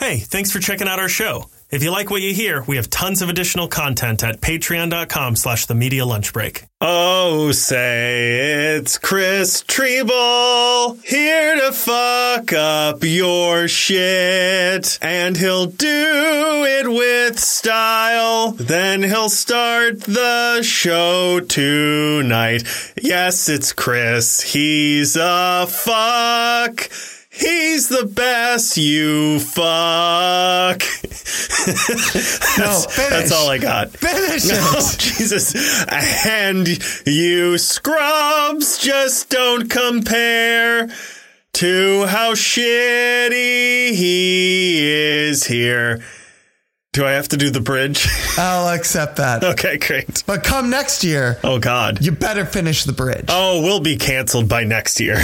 Hey, thanks for checking out our show. If you like what you hear, we have tons of additional content at patreon.com slash the media lunch break. Oh, say it's Chris Treble here to fuck up your shit. And he'll do it with style. Then he'll start the show tonight. Yes, it's Chris. He's a fuck. He's the best you fuck. No, That's all I got. Oh, Finish Oh, Jesus. And you scrubs just don't compare to how shitty he is here. Do I have to do the bridge? I'll accept that. okay, great. But come next year, Oh, God. you better finish the bridge. Oh, we'll be canceled by next year.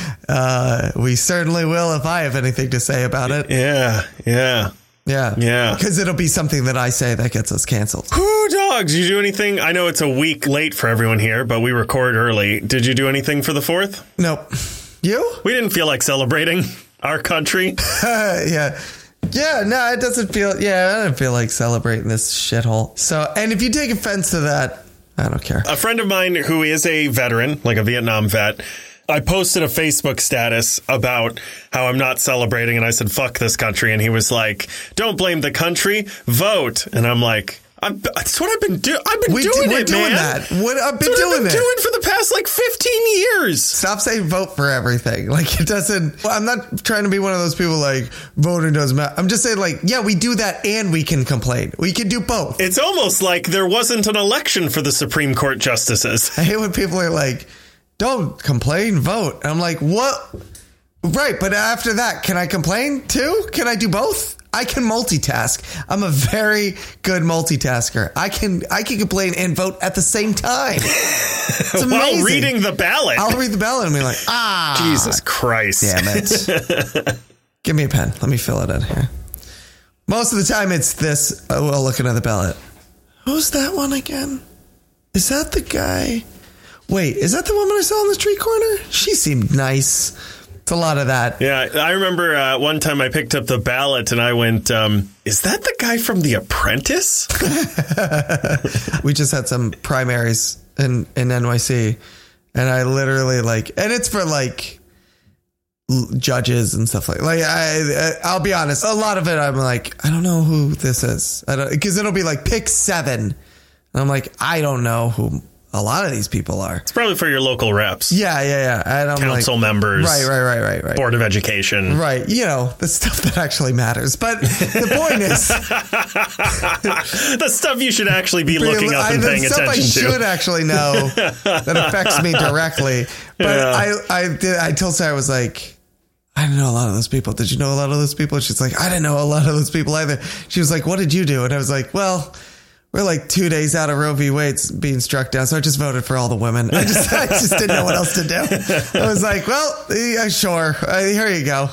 Oh, uh, we certainly will if I have anything to say about it. yeah, yeah. Yeah. Yeah. Because it'll be something that I say that gets us canceled. Who dogs? You do anything? I know it's a week late for everyone here, but we record early. Did you do anything for the 4th? Nope. You? We didn't feel like celebrating our country. Uh, yeah. Yeah, no, it doesn't feel. Yeah, I don't feel like celebrating this shithole. So, and if you take offense to that, I don't care. a friend of mine who is a veteran, like a Vietnam vet, I posted a Facebook status about how I'm not celebrating and I said, fuck this country. And he was like, don't blame the country, vote. And I'm like, I'm, that's what I've been doing. I've been We do- doing we're it, doing man. that. What- I've been That's doing I've been it. doing for the past like 15 years. Stop saying vote for everything. Like, it doesn't. I'm not trying to be one of those people like voting doesn't matter. I'm just saying, like, yeah, we do that and we can complain. We can do both. It's almost like there wasn't an election for the Supreme Court justices. I hate when people are like, don't complain, vote. And I'm like, what? Right, but after that, can I complain too? Can I do both? I can multitask. I'm a very good multitasker. I can I can complain and vote at the same time. It's amazing. Oh, While reading the ballot. I'll read the ballot and be like, ah, Jesus Christ. damn it. Give me a pen. Let me fill it in here. Most of the time, it's this. Oh, well, looking at the ballot. Who's that one again? Is that the guy? Wait, is that the woman I saw on the street corner? She seemed nice. It's a lot of that. Yeah, I remember uh, one time I picked up the ballot and I went, um, "Is that the guy from The Apprentice?" We just had some primaries in in NYC, and I literally like, and it's for like l- judges and stuff like like I, I I'll be honest, a lot of it I'm like I don't know who this is, I don't because it'll be like pick seven, and I'm like I don't know who a lot of these people are. it's probably for your local reps, Yeah, yeah, yeah. And I'm council like, members, right, right, right, right, right. board of education. Right, you know the stuff that actually matters, but the point is, The stuff you should actually be looking up I- and the paying stuff I attention should to. actually know that affects me directly. But Yeah. I, I did. I told Sarah I was like, I didn't know a lot of those people. Did you know a lot of those people? She's like, I didn't know a lot of those people either. She was like, What did you do? And I was like, Well. We're like two days out of Roe v. Wade's being struck down, so I just voted for all the women. I just, I just didn't know what else to do. I was like, "Well, yeah, sure. Uh, here you go.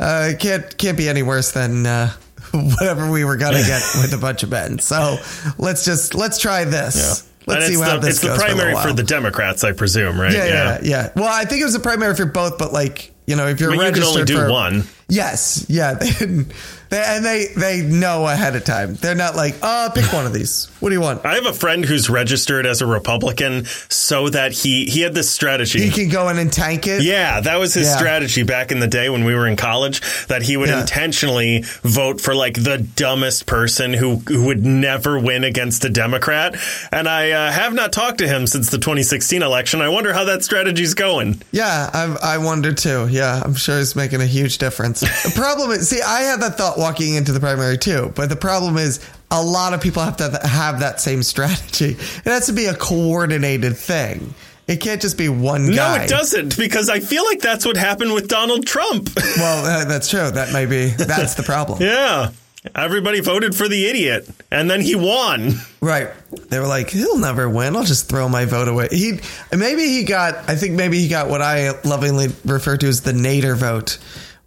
Uh, can't can't be any worse than uh, whatever we were gonna get with a bunch of men." So let's just let's try this. And Let's it's see how the, this it's goes the primary for, a for, little the while. Democrats, I presume, right? yeah, yeah, yeah, Well, I think it was a primary for both, but like you know, if you're I mean, you can registered only do for one. Yes, yeah, they, didn't- they, and they they know ahead of time. They're not like, uh, pick one of these. What do you want? I have a friend who's registered as a Republican so that he he had this strategy. He can go in and tank it. Yeah, that was his Yeah. strategy back in the day when we were in college. That he would Yeah. intentionally vote for like the dumbest person who, who would never win against a Democrat. And I uh, have not talked to him since the 2016 election. I wonder how that strategy's going. Yeah, I, I wonder too. Yeah, I'm sure it's making a huge difference. The problem is, see, I had that thought walking into the primary too, but the problem is a lot of people have to have that same strategy. It has to be a coordinated thing. It can't just be one guy. No, it doesn't because I feel like that's what happened with Donald Trump. Well, uh, that's true. That might be that's the problem. yeah. Everybody voted for the idiot and then he won. Right. They were like, he'll never win. I'll just throw my vote away. He maybe he got I think maybe he got what I lovingly refer to as the Nader vote,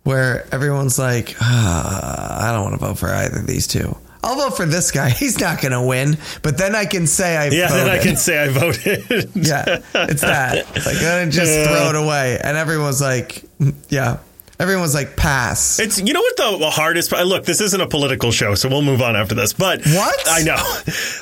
where everyone's like, ah, I don't want to vote for either of these two. I'll vote for this guy. He's not going to win, but then I can say I Yeah, voted. then I can say I voted. yeah, it's that. Like, then I just Yeah. throw it away, and everyone's like, "Mm, yeah. Everyone was like, pass. It's you know what the, the hardest part- look. This isn't a political show, so we'll move on after this. But What? I know,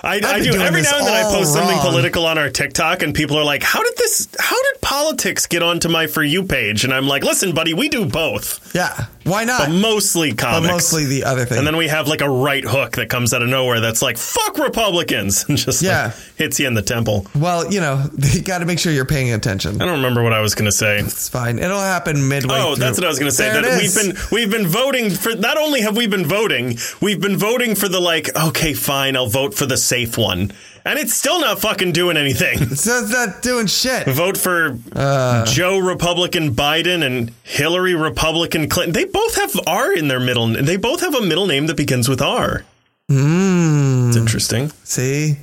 I, I been do doing every this now and then. I all post something wrong. political on our TikTok, and people are like, "How did this? How did politics get onto my for you page?" And I'm like, "Listen, buddy, we do both, yeah. Why not? but mostly But comics." mostly the other thing. and then we have like a right hook that comes out of nowhere that's like fuck Republicans and just like, Yeah. hits you in the temple. well, you know, you got to make sure you're paying attention. I don't remember what I was gonna say. It's fine. It'll happen midway. Oh, that's through. what I was going to say. There That it we've is. been we've been voting for. Not only have we been voting, we've been voting for the like. Okay, fine, I'll vote for the safe one, and it's still not fucking doing anything. So it's not doing shit. Vote for Uh. Joe Republican Biden and Hillary Republican Clinton. They both have R in their middle. They both have a middle name that begins with R. Hmm. It's interesting. See?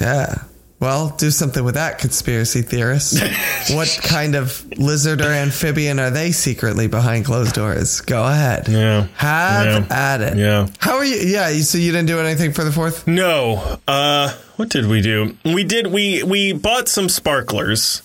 Yeah. Well, do something with that, conspiracy theorists. what kind of lizard or amphibian are they secretly behind closed doors? Go ahead. Yeah. Have at it. Yeah. How are you? Yeah. you- So you didn't do anything for the fourth? No. Uh, what did we do? We did. We we bought some sparklers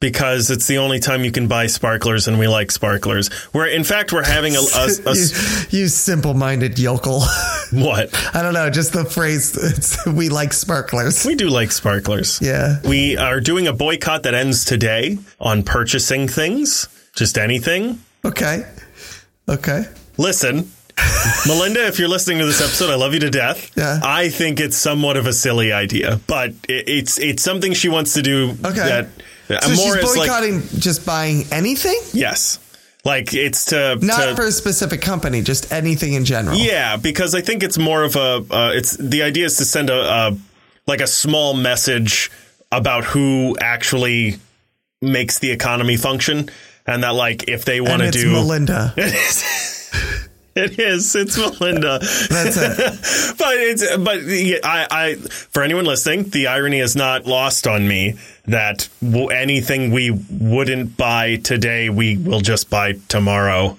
because it's the only time you can buy sparklers, and we like sparklers. We're in fact we're having a, a- a You, s- you simple-minded yokel. what I don't know. Just the phrase. It's, we like sparklers. we do like sparklers. Yeah. We are doing a boycott that ends today on purchasing things, just anything. Okay. Okay. Listen, Melinda, if you're listening to this episode, I love you to death. Yeah. I think it's somewhat of a silly idea, but it, it's it's something she wants to do. Okay. That, So more she's as like boycotting just buying anything, Yes. Like it's to not to- for a specific company, just anything in general. yeah, because I think it's more of a uh, it's the idea is to send a uh, like a small message about who actually makes the economy function, and that like if they want and to it's do Melinda. it is it is it's Melinda, That's it. but it's but yeah, I I for anyone listening, the irony is not lost on me that w- anything we wouldn't buy today, we will just buy tomorrow,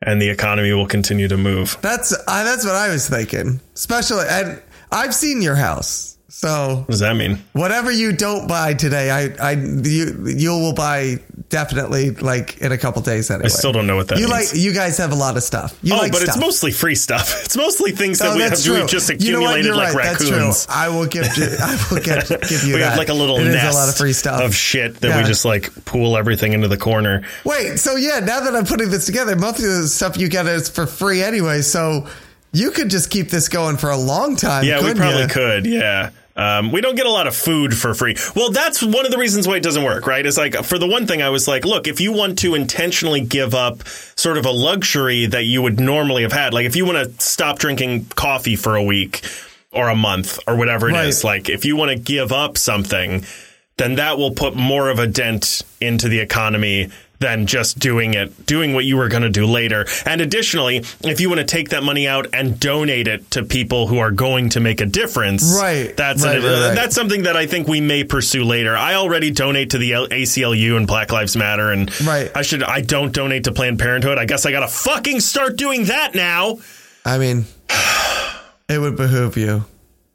and the economy will continue to move. That's I, that's what I was thinking. Especially, and I've seen your house, so What does that mean? whatever you don't buy today, I I you you will buy definitely like in a couple days anyway. I still don't know what that you means. like you guys have a lot of stuff. You oh, like but stuff. it's mostly free stuff. It's mostly things that Oh, we have that's we've true. just You know what? accumulated You're like right. That's raccoons. true. I will give you, I will get, give you We that. have like a little It is nest a lot of free stuff of shit that we Yeah. just like pool everything into the corner. Wait, so yeah, now that I'm putting this together, most of the stuff you get is for free anyway, so you could just keep this going for a long time. Yeah, we couldn't probably ya? could. Yeah. Um, we don't get a lot of food for free. Well, that's one of the reasons why it doesn't work, right? It's like, for the one thing, I was like, look, if you want to intentionally give up sort of a luxury that you would normally have had, like if you want to stop drinking coffee for a week or a month or whatever it is, Right. like if you want to give up something, then that will put more of a dent into the economy than just doing it, doing what you were going to do later. And additionally, if you want to take that money out and donate it to people who are going to make a difference, Right. That's Right, an- right, right. that's something that I think we may pursue later. I already donate to the L- ACLU and Black Lives Matter, and Right. I should I don't donate to Planned Parenthood. I guess I got to fucking start doing that now. I mean, it would behoove you.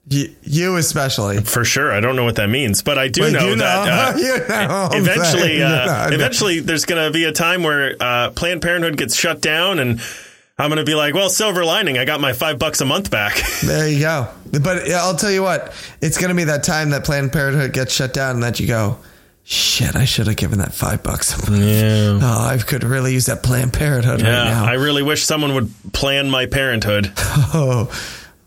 You, you especially. For sure, I don't know what that means, but I do But know you that. uh, e-, know. You know what Oh, I'm eventually, saying. uh, You know. eventually, there's going to be a time where uh, Planned Parenthood gets shut down, and I'm going to be like, "Well, silver lining, I got my five bucks a month back." There you go. But yeah, I'll tell you what, it's going to be that time that Planned Parenthood gets shut down and that you go, shit, I should have given that five bucks. Yeah, Oh, I could really use that Planned Parenthood right now. I really wish someone would plan my parenthood. oh,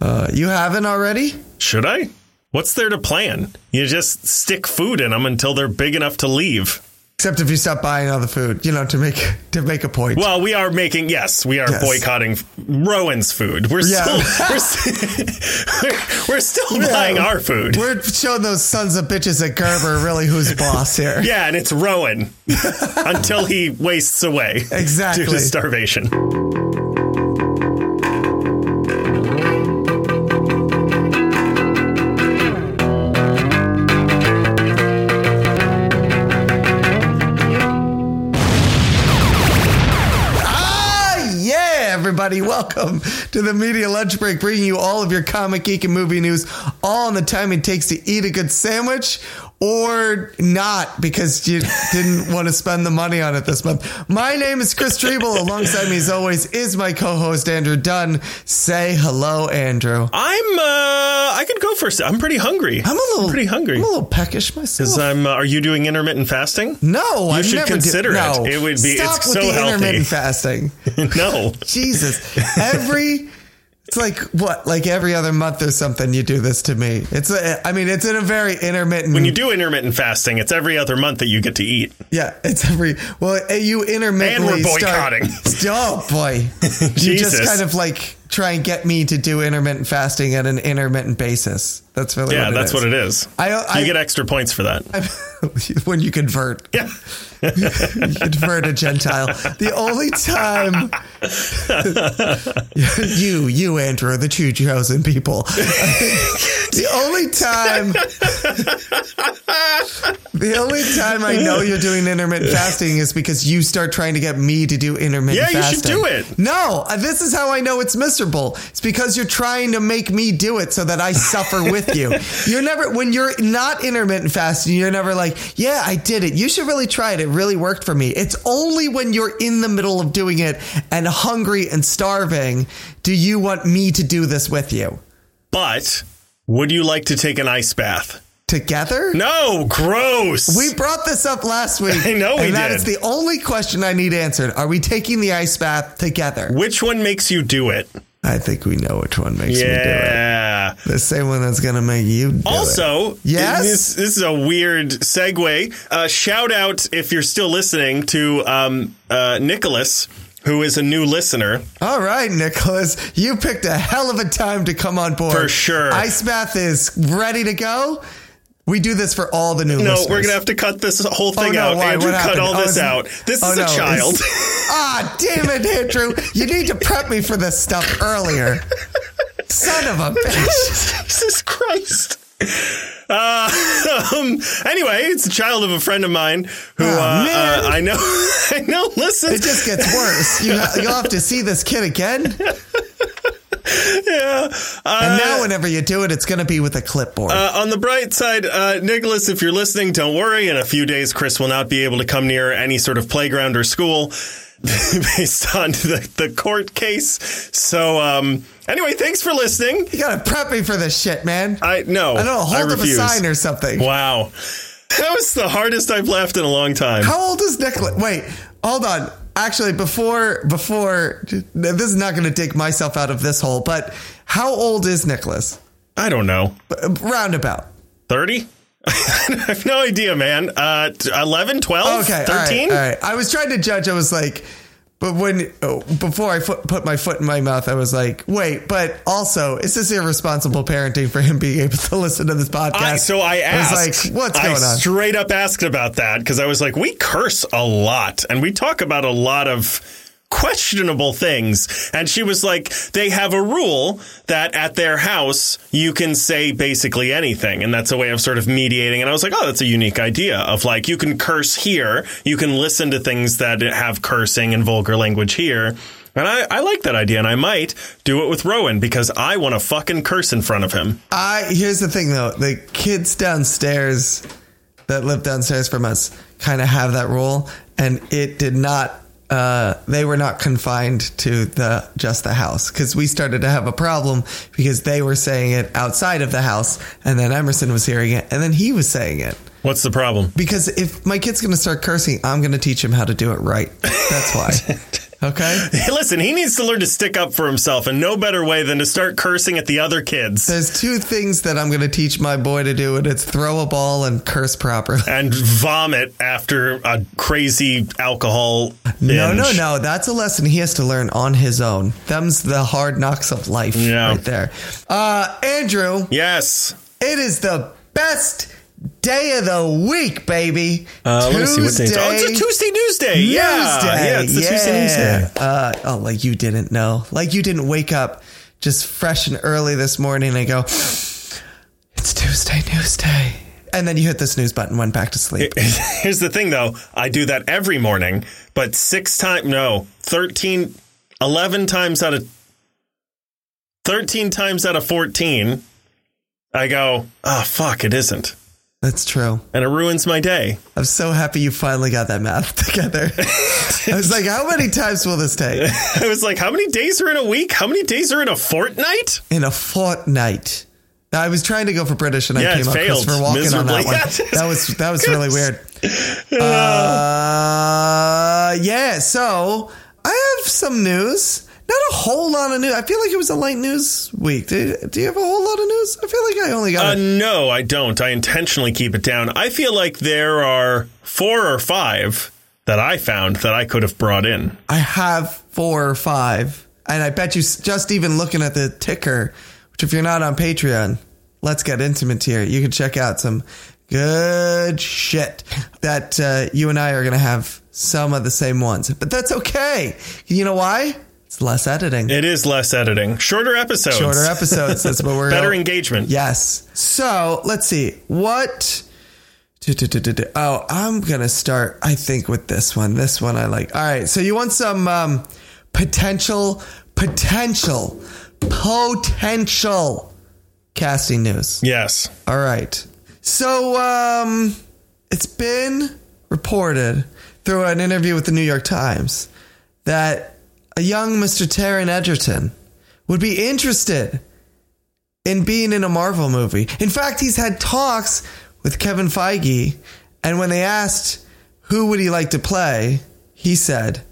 uh, you haven't already? Should I? What's there to plan? You just stick food in them until they're big enough to leave. Except if you stop buying all the food, you know, to make to make a point. Well, we are making yes, we are Yes. boycotting Rowan's food. We're Yeah. still we're, st- we're still buying our food. We're showing those sons of bitches at Gerber really who's boss here. Yeah, and it's Rowan until he wastes away Exactly. due to starvation. Ah, yeah, everybody, welcome to the Media Lunch Break, bringing you all of your comic geek and movie news, all in the time it takes to eat a good sandwich or not because you didn't want to spend the money on it this month. My name is Chris Treble. Alongside me, as always, is my co-host Andrew Dunn. Say hello, Andrew. I'm. Uh, I could go first. I'm pretty hungry. I'm a little pretty hungry. I'm a little peckish Because myself. I'm. Uh, are you doing intermittent fasting? no, I should never consider it. do, no. It would be- Stop it's with so the healthy. intermittent fasting. no. Jesus, every. It's like what, like every other month or something. You do this to me. It's, a, I mean, it's in a very intermittent. When you do intermittent fasting, it's every other month that you get to eat. Yeah, it's every well. eh, You And intermittently we're boycotting. Start, oh boy, you just Jesus. kind of like try and get me to do intermittent fasting at an intermittent basis. That's really Yeah, what it that's is. what it is. I- I- you get extra points for that. when you convert, yeah. you convert a Gentile. The only time you, you Andrew, the two chosen people. the only time, the only time I know you're doing intermittent fasting is because you start trying to get me to do intermittent. Yeah, you should fasting. do it. No, uh, this is how I know it's miserable. It's because you're trying to make me do it so that I suffer with you. You're never, when you're not intermittent fasting, you're never like, yeah, I did it. You should really try it. It really worked for me. It's only when you're in the middle of doing it and hungry and starving do you want me to do this with you. But would you like to take an ice bath? Together? No, gross. We brought this up last week. I know we and that did. is the only question I need answered. Are we taking the ice bath together? Which one makes you do it? I think we know which one makes me do it. Yeah. The same one that's going to make you do it. Also, Yes? this, this is a weird segue. Uh, shout out if you're still listening to um, uh, Nicholas, who is a new listener. All right, Nicholas, you picked a hell of a time to come on board. For sure. Ice Bath is ready to go. We do this for all the new No, listeners. Oh, we're gonna have to cut this whole thing no, out. why? Andrew, What cut happened? all Oh, this it's- out. This Oh, is no, a child. it's- Ah, damn it, Andrew. You need to prep me for this stuff earlier. Son of a bitch. Jesus Christ. Uh, um, anyway, it's a child of a friend of mine who Oh, uh, man. uh, I know. I know. Listen, It just gets worse. You, you'll have to see this kid again. Yeah. and now, whenever you do it, it's going to be with a clipboard. Uh, on the bright side, uh, Nicholas, if you're listening, don't worry. In a few days, Chris will not be able to come near any sort of playground or school based on the, the court case. So, um, anyway, thanks for listening. you got to prep me for this shit, man. I no, I don't know, hold up a refuse. sign or something. Wow, that was the hardest I've laughed in a long time. How old is Nicholas? Wait, hold on. Actually, before before this is not going to dig myself out of this hole, but how old is Nicholas? I don't know, Uh, Roundabout. thirty. I have no idea, man. Uh, t- 11, 12, Okay, 13? All right, all right. I was trying to judge. I was like, but when oh, before I fu- put my foot in my mouth, I was like, wait. But also, is this irresponsible parenting for him being able to listen to this podcast? I, so I asked. I was like, what's going I on? straight up asked about that because I was like, we curse a lot and we talk about a lot of questionable things. And she was like, they have a rule that at their house you can say basically anything. And that's a way of sort of mediating. And I was like, oh, that's a unique idea of like, you can curse here. You can listen to things that have cursing and vulgar language here. And I, I like that idea, and I might do it with Rowan because I want to fucking curse in front of him. I here's the thing though, the kids downstairs that live downstairs from us kind of have that rule, and it did not. Uh, they were not confined to the just the house because we started to have a problem because they were saying it outside of the house, and then Emerson was hearing it, and then he was saying it. What's the problem? Because if my kid's going to start cursing, I'm going to teach him how to do it right. That's why. okay. Listen, he needs to learn to stick up for himself, and no better way than to start cursing at the other kids There's two things that I'm going to teach my boy to do, and it's throw a ball and curse properly. and vomit after a crazy alcohol. No, binge. no, no. That's a lesson he has to learn on his own. Them's the hard knocks of life Yeah. right there. Uh, Andrew, Yes. it is the best day of the week, baby. Oh, it's a Tuesday Newsday. Yeah. Tuesday. Yeah, it's the Tuesday Newsday. Uh, oh, like you didn't know. Like you didn't wake up just fresh and early this morning and go, it's Tuesday, Newsday. And then you hit the snooze button, went back to sleep. Here's the thing, though. I do that every morning, but six times, no, 13, 11 times out of 13 times out of 14, I go, oh, "Ah, fuck, it isn't. That's true. and it ruins my day. I'm so happy you finally got that math together. I was like, how many times will this take? I was like, how many days are in a week? How many days are in a fortnight? In a fortnight. Now, I was trying to go for British and Yeah, I it came up failed Christopher Walken on miserably. that one. That was that was really weird. Uh, yeah, so I have some news. Not a whole lot of news. I feel like it was a light news week. Do, do you have a whole lot of news? I feel like I only got Uh, a no, I don't. I intentionally keep it down. I feel like there are four or five that I found that I could have brought in. I have four or five. And I bet you, s- just even looking at the ticker, which if you're not on Patreon, let's get intimate here. You can check out some good shit that uh, you and I are going to have some of the same ones. But that's okay. You know why? It's less editing, It is less editing, shorter episodes, shorter episodes. That's what we're better engagement. Yes. So let's see what. do, do, do, do, do. Oh, I'm gonna start. I think with this one. This one I like. All right. So you want some um, potential, potential, potential casting news? Yes. All right. So um, it's been reported through an interview with the New York Times that a young Mr. Taron Egerton would be interested in being in a Marvel movie. In fact, he's had talks with Kevin Feige, and when they asked who would he like to play, he said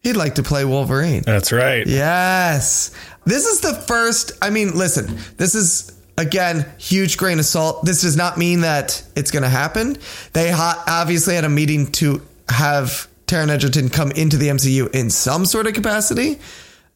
he'd like to play Wolverine. That's right. Yes. This is the first. I mean, listen, this is, again, huge grain of salt. This does not mean that it's going to happen. They ho- obviously had a meeting to have Taron Egerton come into the MCU in some sort of capacity.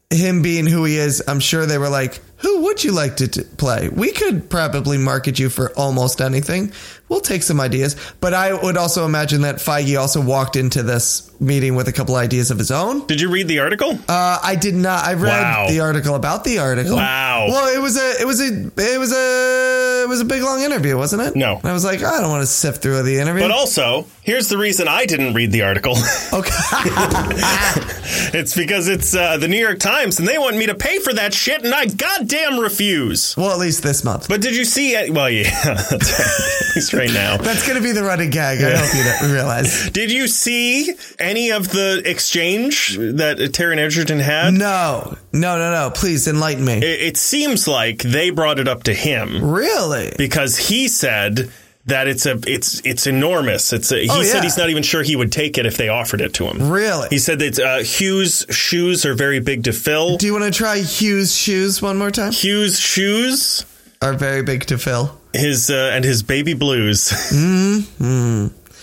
Him being who he is, I'm sure they were like, who would you like to t- play? We could probably market you for almost anything. We'll take some ideas. But I would also imagine that Feige also walked into this meeting with a couple ideas of his own. Did you read the article? Uh, I did not. I read Wow. the article about the article. Wow. Well, it was a, it was a, it was a, it was a big long interview, wasn't it? No. And I was like, I don't want to sift through the interview. but also, here's the reason I didn't read the article. okay. it's because it's uh, the New York Times, and they want me to pay for that shit, and I goddamn refuse. well, at least this month. But did you see? It? Well, yeah, that's right. at least right now. That's gonna be the running gag. I hope you don't realize. Did you see any of the exchange that Taryn Edgerton had? No, no, no, no. Please enlighten me. It, it seems like they brought it up to him really? because he said that it's a it's it's enormous. It's a, he Oh, yeah. said he's not even sure he would take it if they offered it to him. Really? He said that uh, Hughes shoes are very big to fill. Do you want to try Hugh's shoes one more time? Hughes shoes, Are very big to fill. his uh, and his baby blues.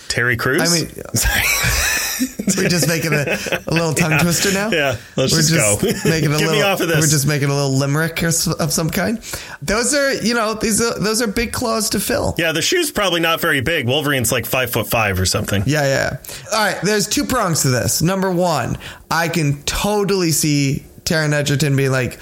Terry Crews. Mm-hmm. I mean, we're just making a, a little tongue twister now. yeah. Let's We're just, just go. making a Get little. me off of this. We're just making a little limerick or s- of some kind. Those are, you know, these are, those are big claws to fill. yeah, the shoe's probably not very big. Wolverine's like five foot five or something. Yeah, yeah. All right, there's two prongs to this. Number one, I can totally see Taron Egerton being like,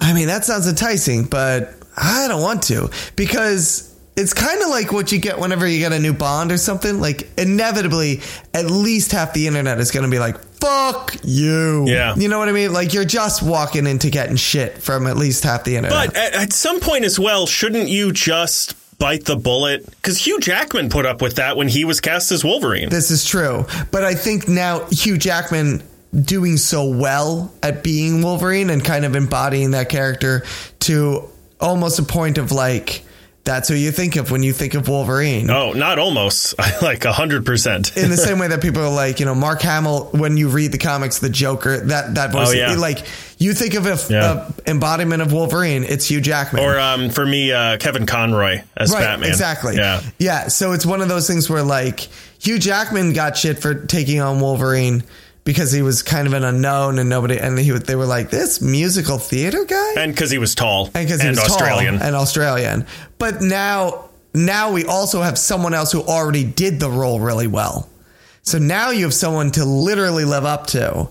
I mean, that sounds enticing, but I don't want to because it's kind of like what you get whenever you get a new Bond or something. Like, inevitably, at least half the internet is going to be like, fuck you. Yeah. You know what I mean? Like, you're just walking into getting shit from at least half the internet. But at, at some point as well, shouldn't you just bite the bullet? Because Hugh Jackman put up with that when he was cast as Wolverine. This is true. But I think now Hugh Jackman doing so well at being Wolverine and kind of embodying that character to almost a point of like, that's who you think of when you think of Wolverine. Oh, not almost. like a hundred percent. In the same way that people are like, you know, Mark Hamill, when you read the comics, the Joker, that, that voice, Oh, yeah. like, you think of a, Yeah. a embodiment of Wolverine, it's Hugh Jackman. Or um, for me, uh, Kevin Conroy as Batman. Exactly. Yeah. Yeah. So it's one of those things where like Hugh Jackman got shit for taking on Wolverine because he was kind of an unknown and nobody and he would- they were like this musical theater guy And because he was tall and because he was Australian. tall and Australian. But now now we also have someone else who already did the role really well. So now you have someone to literally live up to.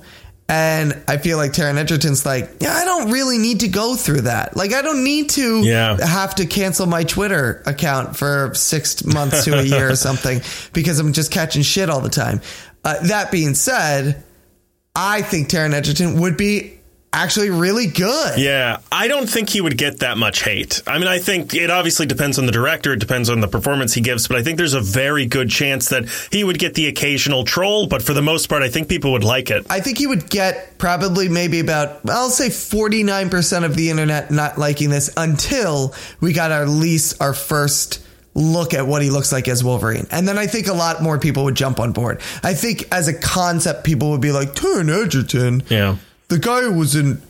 And I feel like Taron Egerton's like, yeah, I don't really need to go through that. Like, I don't need to Yeah. have to cancel my Twitter account for six months to a year or something because I'm just catching shit all the time. Uh, that being said, I think Taron Egerton would be actually really good. Yeah, I don't think he would get that much hate. I mean, I think it obviously depends on the director, it depends on the performance he gives, but I think there's a very good chance that he would get the occasional troll, but for the most part, I think people would like it. I think he would get probably maybe about, I'll say 49% of the internet not liking this until we got our least, our first look at what he looks like as Wolverine. And then I think a lot more people would jump on board. I think as a concept, people would be like, Turn Edgerton. Yeah. The guy who was in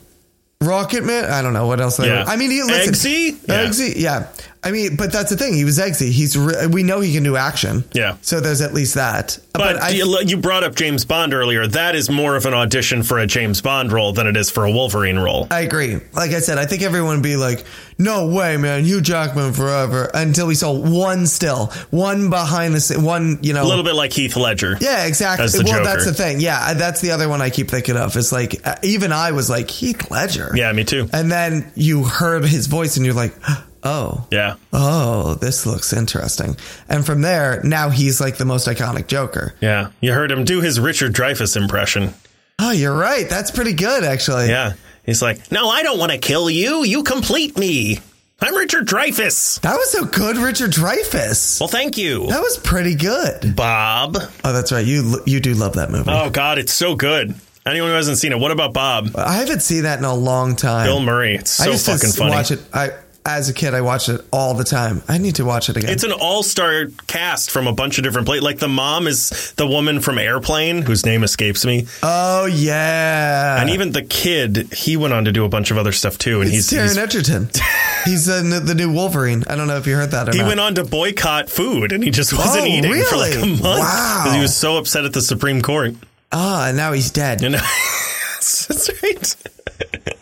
Rocket Man. I don't know what else. they Yeah. I mean, he listen, Eggsy? Yeah. Eggsy. Yeah. I mean, but that's the thing. He was Eggsy. He's re- we know he can do action. Yeah. So there's at least that. But, I, you, you brought up James Bond earlier. That is more of an audition for a James Bond role than it is for a Wolverine role. I agree. Like I said, I think everyone would be like, "No way, man! Hugh Jackman forever." Until we saw one still, one behind the sce- one, you know, a little bit like Heath Ledger. Yeah, exactly. As the well, Joker. that's the thing. Yeah, I- that's the other one I keep thinking of. It's like uh, even I was like Heath Ledger. Yeah, me too. And then you heard his voice, and you're like, "Oh, Yeah. oh, this looks interesting." And from there, now he's like the most iconic Joker. Yeah. You heard him do his Richard Dreyfuss impression. Oh, you're right. That's pretty good, actually. Yeah. He's like, No, I don't want to kill you. You complete me. I'm Richard Dreyfuss. That was so good, Richard Dreyfuss. Well, thank you. That was pretty good. Bob. Oh, that's right. You you do love that movie. Oh, God, it's so good. Anyone who hasn't seen it, what about Bob? I haven't seen that in a long time. Bill Murray. It's I so used to fucking s- funny. watch it. I as a kid, I watched it all the time. I need to watch it again. It's an all-star cast from a bunch of different places. Like the mom is the woman from Airplane, whose name escapes me, oh yeah, and even the kid. He went on to do a bunch of other stuff too, and he's he's, Taron he's Edgerton. he's the, n- the new Wolverine. I don't know if you heard that or he not. went on to boycott food, and he just wasn't Oh, eating for like a really? month Wow. he was so upset at the Supreme Court. Ah, and now he's dead. And that's right.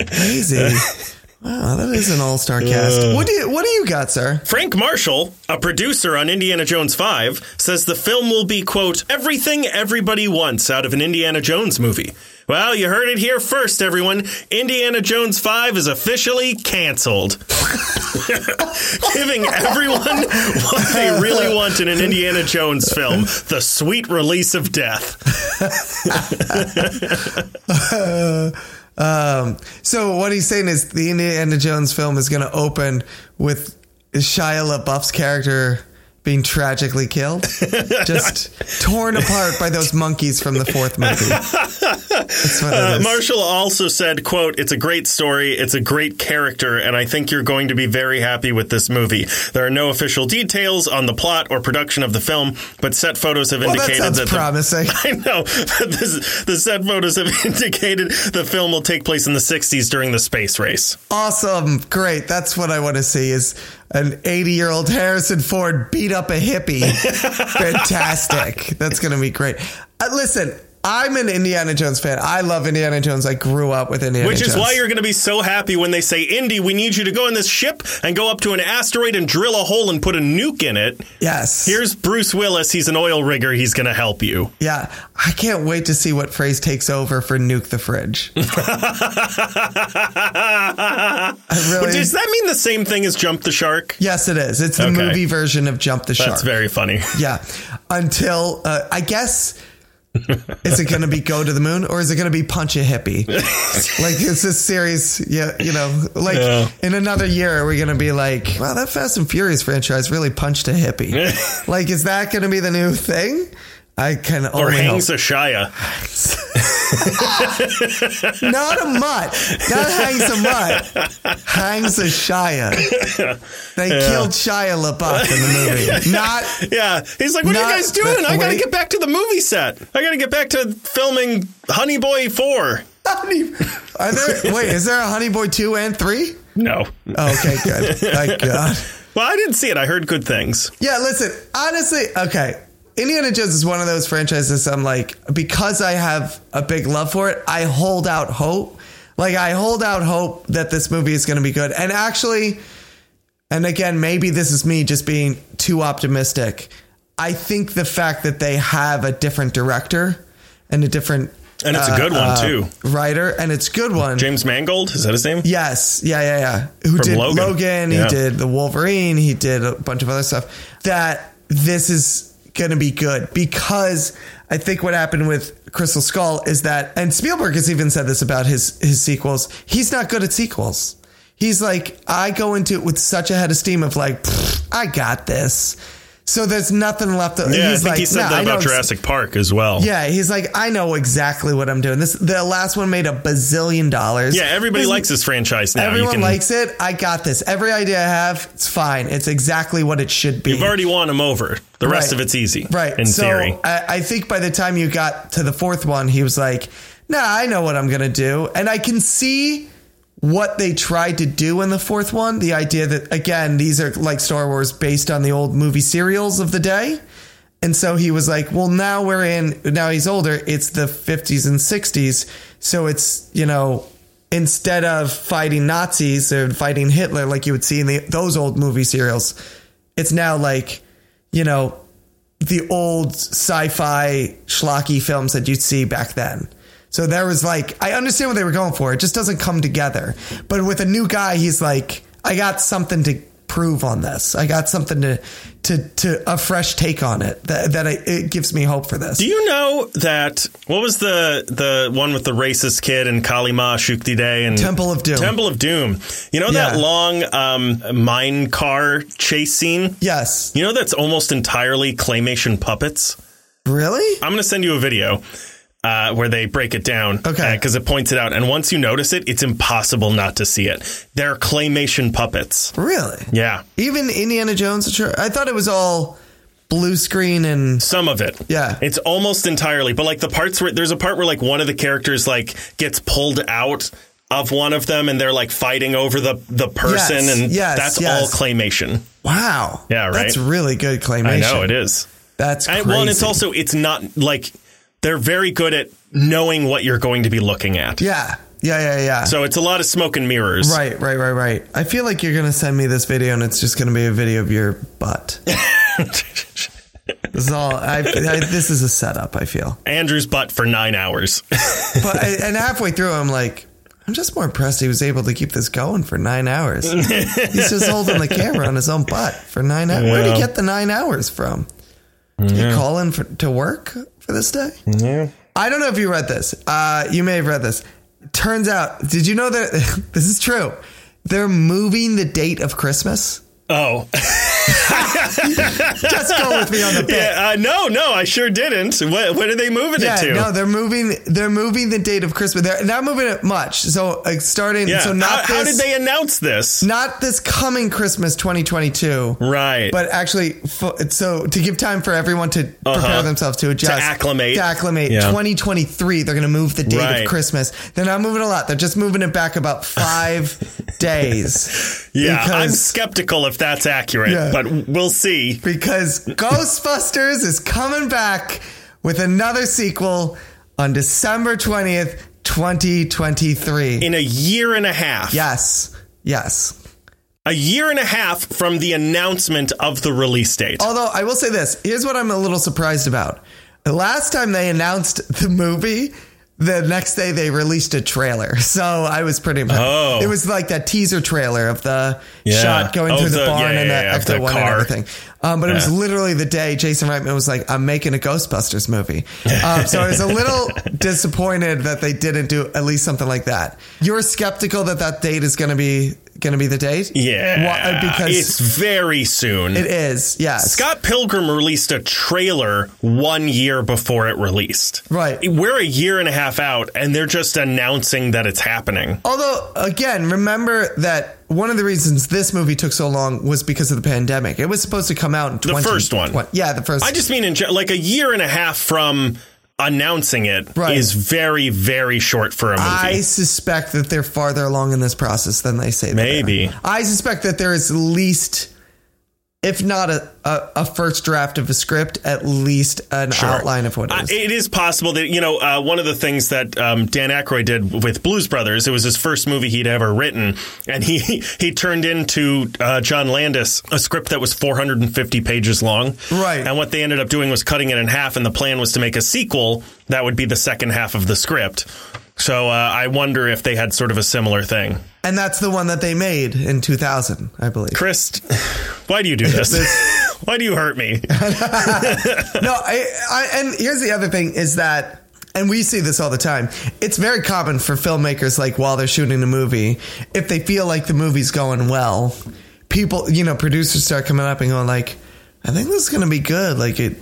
Crazy. wow, that is an all-star cast. Uh. What do you, what do you got, sir? Frank Marshall, a producer on Indiana Jones 5, says the film will be, quote, everything everybody wants out of an Indiana Jones movie. Well, you heard it here first, everyone. Indiana Jones 5 is officially canceled. Giving everyone what they really want in an Indiana Jones film the sweet release of death. Um, so what he's saying is the Indiana Jones film is going to open with Shia LaBeouf's character being tragically killed, just torn apart by those monkeys from the fourth movie. That's what it Uh, is. Marshall also said, quote, it's a great story, it's a great character, and I think you're going to be very happy with this movie. There are no official details on the plot or production of the film, but set photos have well, that indicated sounds that the promising. I know. but This, the set photos have indicated the film will take place in the 60s during the space race. awesome, great. That's what I want to see is an 80 year old Harrison Ford beat up a hippie. Fantastic. That's going to be great. Uh, listen, I'm an Indiana Jones fan. I love Indiana Jones. I grew up with Indiana Which Jones. is why you're going to be so happy when they say, Indy, we need you to go in this ship and go up to an asteroid and drill a hole and put a nuke in it. Yes. Here's Bruce Willis. He's an oil rigger. He's going to help you. Yeah, I can't wait to see what phrase takes over for nuke the fridge. I But really, does that mean the same thing as Jump the Shark? yes, it is. It's the Okay. movie version of Jump the Shark. That's very funny. yeah, until uh, I guess. is it going to be go to the moon or is it going to be punch a hippie? like it's this series, yeah, you know, like Yeah. in another year we're going to be like, wow, that Fast and Furious franchise really punched a hippie. like, is that going to be the new thing? I can only Or hope. hangs a Shia. Not a mutt. Not hangs a mutt. Hangs a Shia. They killed Shia LaBeouf in the movie. Not. Yeah. He's like, what are Not you guys doing? the I got to way- get back to the movie set. I got to get back to filming Honey Boy 4. Honey, are there? Wait, is there a Honey Boy two and three? No. Oh, okay, good. Thank God. Well, I didn't see it. I heard good things. Yeah, listen. Honestly, okay. Indiana Jones is one of those franchises. I'm like, because I have a big love for it, I hold out hope. Like, I hold out hope that this movie is going to be good. And actually, And again, maybe this is me just being too optimistic. I think the fact that they have a different director and a different uh, And it's a good one, too. writer, and it's a good one. James Mangold, is that his name? yes, yeah, yeah, yeah. Who did Logan. Logan? Yeah. He did the Wolverine. He did a bunch of other stuff. That this is going to be good because I think what happened with Crystal Skull is that, and Spielberg has even said this about his his sequels. He's not good at sequels. He's like, I go into it with such a head of steam of like, "Pfft, I got this. So there's nothing left. Of, Yeah, I think he said "Nah, that I know about ex- Jurassic Park as well. Yeah, he's like, I know exactly what I'm doing. This the last one made a bazillion dollars. Yeah, everybody There's- likes this franchise now. Everyone you can, likes it. I got this. Every idea I have, it's fine. It's exactly what it should be. You've already won them over. The rest Right. of it's easy, right. In so theory, I, I think by the time you got to the fourth one, he was like, "Nah, I know what I'm gonna do," and I can see what they tried to do in the fourth one. The idea that again, these are like Star Wars based on the old movie serials of the day. And so he was like, well, now we're in, now he's older. It's the 50s and 60s. So it's, you know, instead of fighting Nazis or fighting Hitler like you would see in the, those old movie serials, it's now like, you know, the old sci fi schlocky films that you'd see back then. So there was like, I understand what they were going for. It just doesn't come together. But with a new guy, he's like, I got something to prove on this. I got something to, to, to a fresh take on it that, that I, it gives me hope for this. do you know that what was the the one with the racist kid and Kalima Shukti Day and Temple of Doom. Temple of Doom? You know that Yeah. long um, mine car chase scene. yes. You know that's almost entirely claymation puppets. Really? I'm going to send you a video uh, where they break it down. Okay. Because it points it out. And once you notice it, it's impossible not to see it. They're claymation puppets. Really? Yeah. Even Indiana Jones, sure. I thought it was all blue screen and Some of it. Yeah. It's almost entirely. But like the parts where there's a part where like one of the characters like gets pulled out of one of them and they're like fighting over the, the person. Yes, and yes, that's yes. all claymation. wow. Yeah, right? That's really good claymation. I know it is. That's crazy. And, well, and it's also, it's not like they're very good at knowing what you're going to be looking at. yeah. Yeah, yeah, yeah. So it's a lot of smoke and mirrors. Right, right, right, right. I feel like you're gonna send me this video, and it's just gonna be a video of your butt. This is all. I, I, this is a setup. I feel. Andrew's butt for nine hours. But I, and halfway through, I'm like, I'm just more impressed. He was able to keep this going for nine hours. He's just holding the camera on his own butt for nine hours. Where would he Yeah. get the nine hours from? Did he call in for, to work for this day? I don't know if you read this. Uh, you may have read this. Turns out, did you know that this is true? They're moving the date of Christmas. oh, Just go with me on the bit. yeah. Uh, no, no, I sure didn't. What, what are they moving Yeah, it to? no, they're moving. They're moving the date of Christmas. They're not moving it much. So like starting. yeah. So not how, how this, did they announce this? not this coming Christmas 2022, right. but actually, fo- so to give time for everyone to prepare themselves to adjust, Uh-huh. acclimate. to acclimate. Yeah. 2023, they're going to move the date Right. of Christmas. They're not moving a lot. They're just moving it back about five days. yeah, I'm because- skeptical if that's accurate, Yeah. but we'll see. because Ghostbusters is coming back with another sequel on December 20th, 2023. In a year and a half. yes. Yes. A year and a half from the announcement of the release date. Although I will say this, here's what I'm a little surprised about. The last time they announced the movie, the next day they released a trailer. So I was pretty impressed. Oh. It was like that teaser trailer of the Yeah. shot going Oh, through the, the- barn yeah, and yeah, the yeah, of Ecto the one car. and everything. Um, but it was Yeah. literally the day Jason Reitman was like, I'm making a Ghostbusters movie. Um, so I was a little disappointed that they didn't do at least something like that. You're skeptical that that date is going to be going to be the date? yeah. Why- uh, because it's very soon. it is. Yes. Scott Pilgrim released a trailer one year before it released. Right. We're a year and a half out, and they're just announcing that it's happening. Although, again, remember that one of the reasons this movie took so long was because of the pandemic. It was supposed to come out in 20, first one. twen- yeah, the first. I just mean, in ge- like, a year and a half from announcing it is Right. very, very short for a movie. I suspect that they're farther along in this process than they say. that they are. Maybe. I suspect that there is at least, if not a, a, a first draft of a script, at least an outline of what it Uh, is. it is possible that you know uh, one of the things that um, Dan Aykroyd did with Blues Brothers. It was his first movie he'd ever written, and he he turned into uh, John Landis a script that was 450 pages long. Right. And what they ended up doing was cutting it in half, and the plan was to make a sequel that would be the second half of the script. So uh, I wonder if they had sort of a similar thing. and that's the one that they made in 2000, I believe. Chris, why do you do this? why do you hurt me? no, I, I, and here's the other thing is that and we see this all the time. It's very common for filmmakers, like while they're shooting a movie, if they feel like the movie's going well, people, you know, producers start coming up and going like, "I think this is going to be good." Like, it.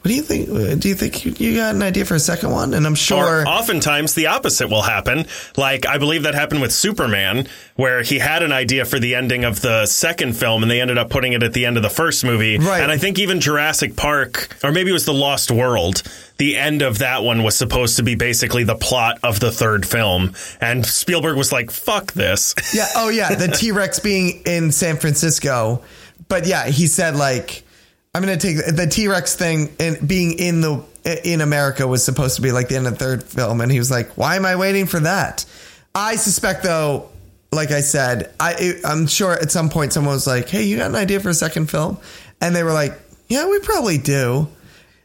What do you think? Do you think you, you got an idea for a second one? And I'm sure. Or oftentimes the opposite will happen. Like I believe that happened with Superman, where he had an idea for the ending of the second film, and they ended up putting it at the end of the first movie. Right. And I think even Jurassic Park, or maybe it was The Lost World. The end of that one was supposed to be basically the plot of the third film, and Spielberg was like, "Fuck this." yeah. Oh, yeah. The T Rex being in San Francisco, but yeah, he said like, I'm gonna take the T Rex thing and being in the in America was supposed to be like the end of the third film, and he was like, why am I waiting for that? I suspect though, like I said, I I'm sure at some point someone was like, hey, you got an idea for a second film, and they were like, yeah, we probably do.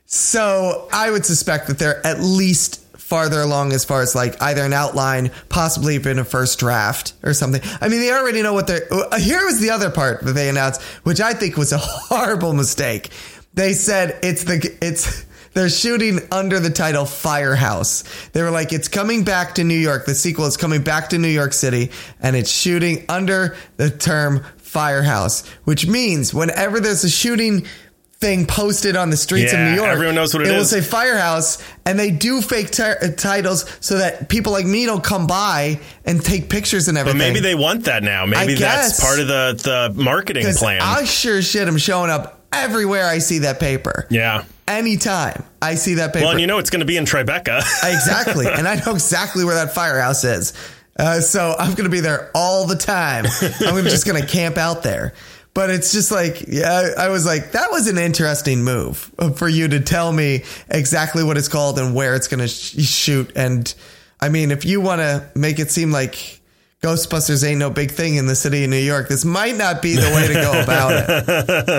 So I would suspect that they're at least farther along as far as like either an outline, possibly even a first draft or something. I mean, they already know what they're. uh, Here was the other part that they announced, which I think was a horrible mistake. They said it's the it's. They're shooting under the title Firehouse. They were like, it's coming back to New York. The sequel is coming back to New York City, and it's shooting under the term Firehouse, which means whenever there's a shooting thing posted on the streets Yeah, of New York, everyone knows what it it will is. say a firehouse and they do fake ti- uh titles so that people like me don't come by and take pictures and But everything. maybe they want that now. Maybe that's guess. part of the the marketing 'Cause plan. I sure shit am showing up everywhere I see that paper. yeah. Anytime I see that paper. Well, and you know it's going to be in Tribeca. exactly. and I know exactly where that firehouse is. Uh, so I'm going to be there all the time. I'm just going to camp out there. But it's just like, yeah, I was like, that was an interesting move uh, for you to tell me exactly what it's called and where it's going to sh- shoot. And I mean, if you want to make it seem like Ghostbusters ain't no big thing in the city of New York, this might not be the way to go about it.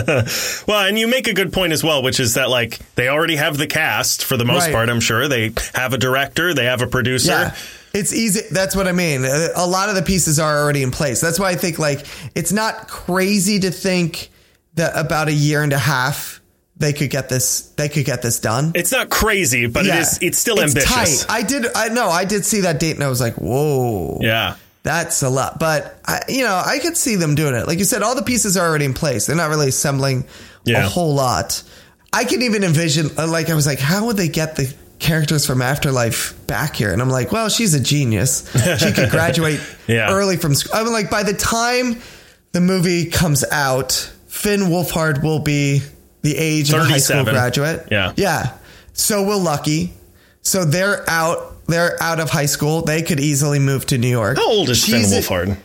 Well, and you make a good point as well, which is that like they already have the cast for the most Right. part. I'm sure they have a director, they have a producer. Yeah. It's easy. That's what I mean. A a lot of the pieces are already in place. That's why I think like it's not crazy to think that about a year and a half they could get this. They could get this done. It's not crazy, but it is. It's still ambitious. Tight. I did. I know. I did see that date and I was like, whoa, Yeah. that's a lot. But I, you know, I could see them doing it. Like you said, all the pieces are already in place. They're not really assembling Yeah. a whole lot. I can even envision. uh, Like I was like, how would they get the characters from Afterlife back here? And I'm like, well, she's a genius. She could graduate Yeah. early from school. I'm like, by the time the movie comes out, Finn Wolfhard will be the age of a high school 37. graduate. Yeah. Yeah. So we're lucky. So they're out. They're out of high school. They could easily move to New York. How old is Finn She's- Wolfhard?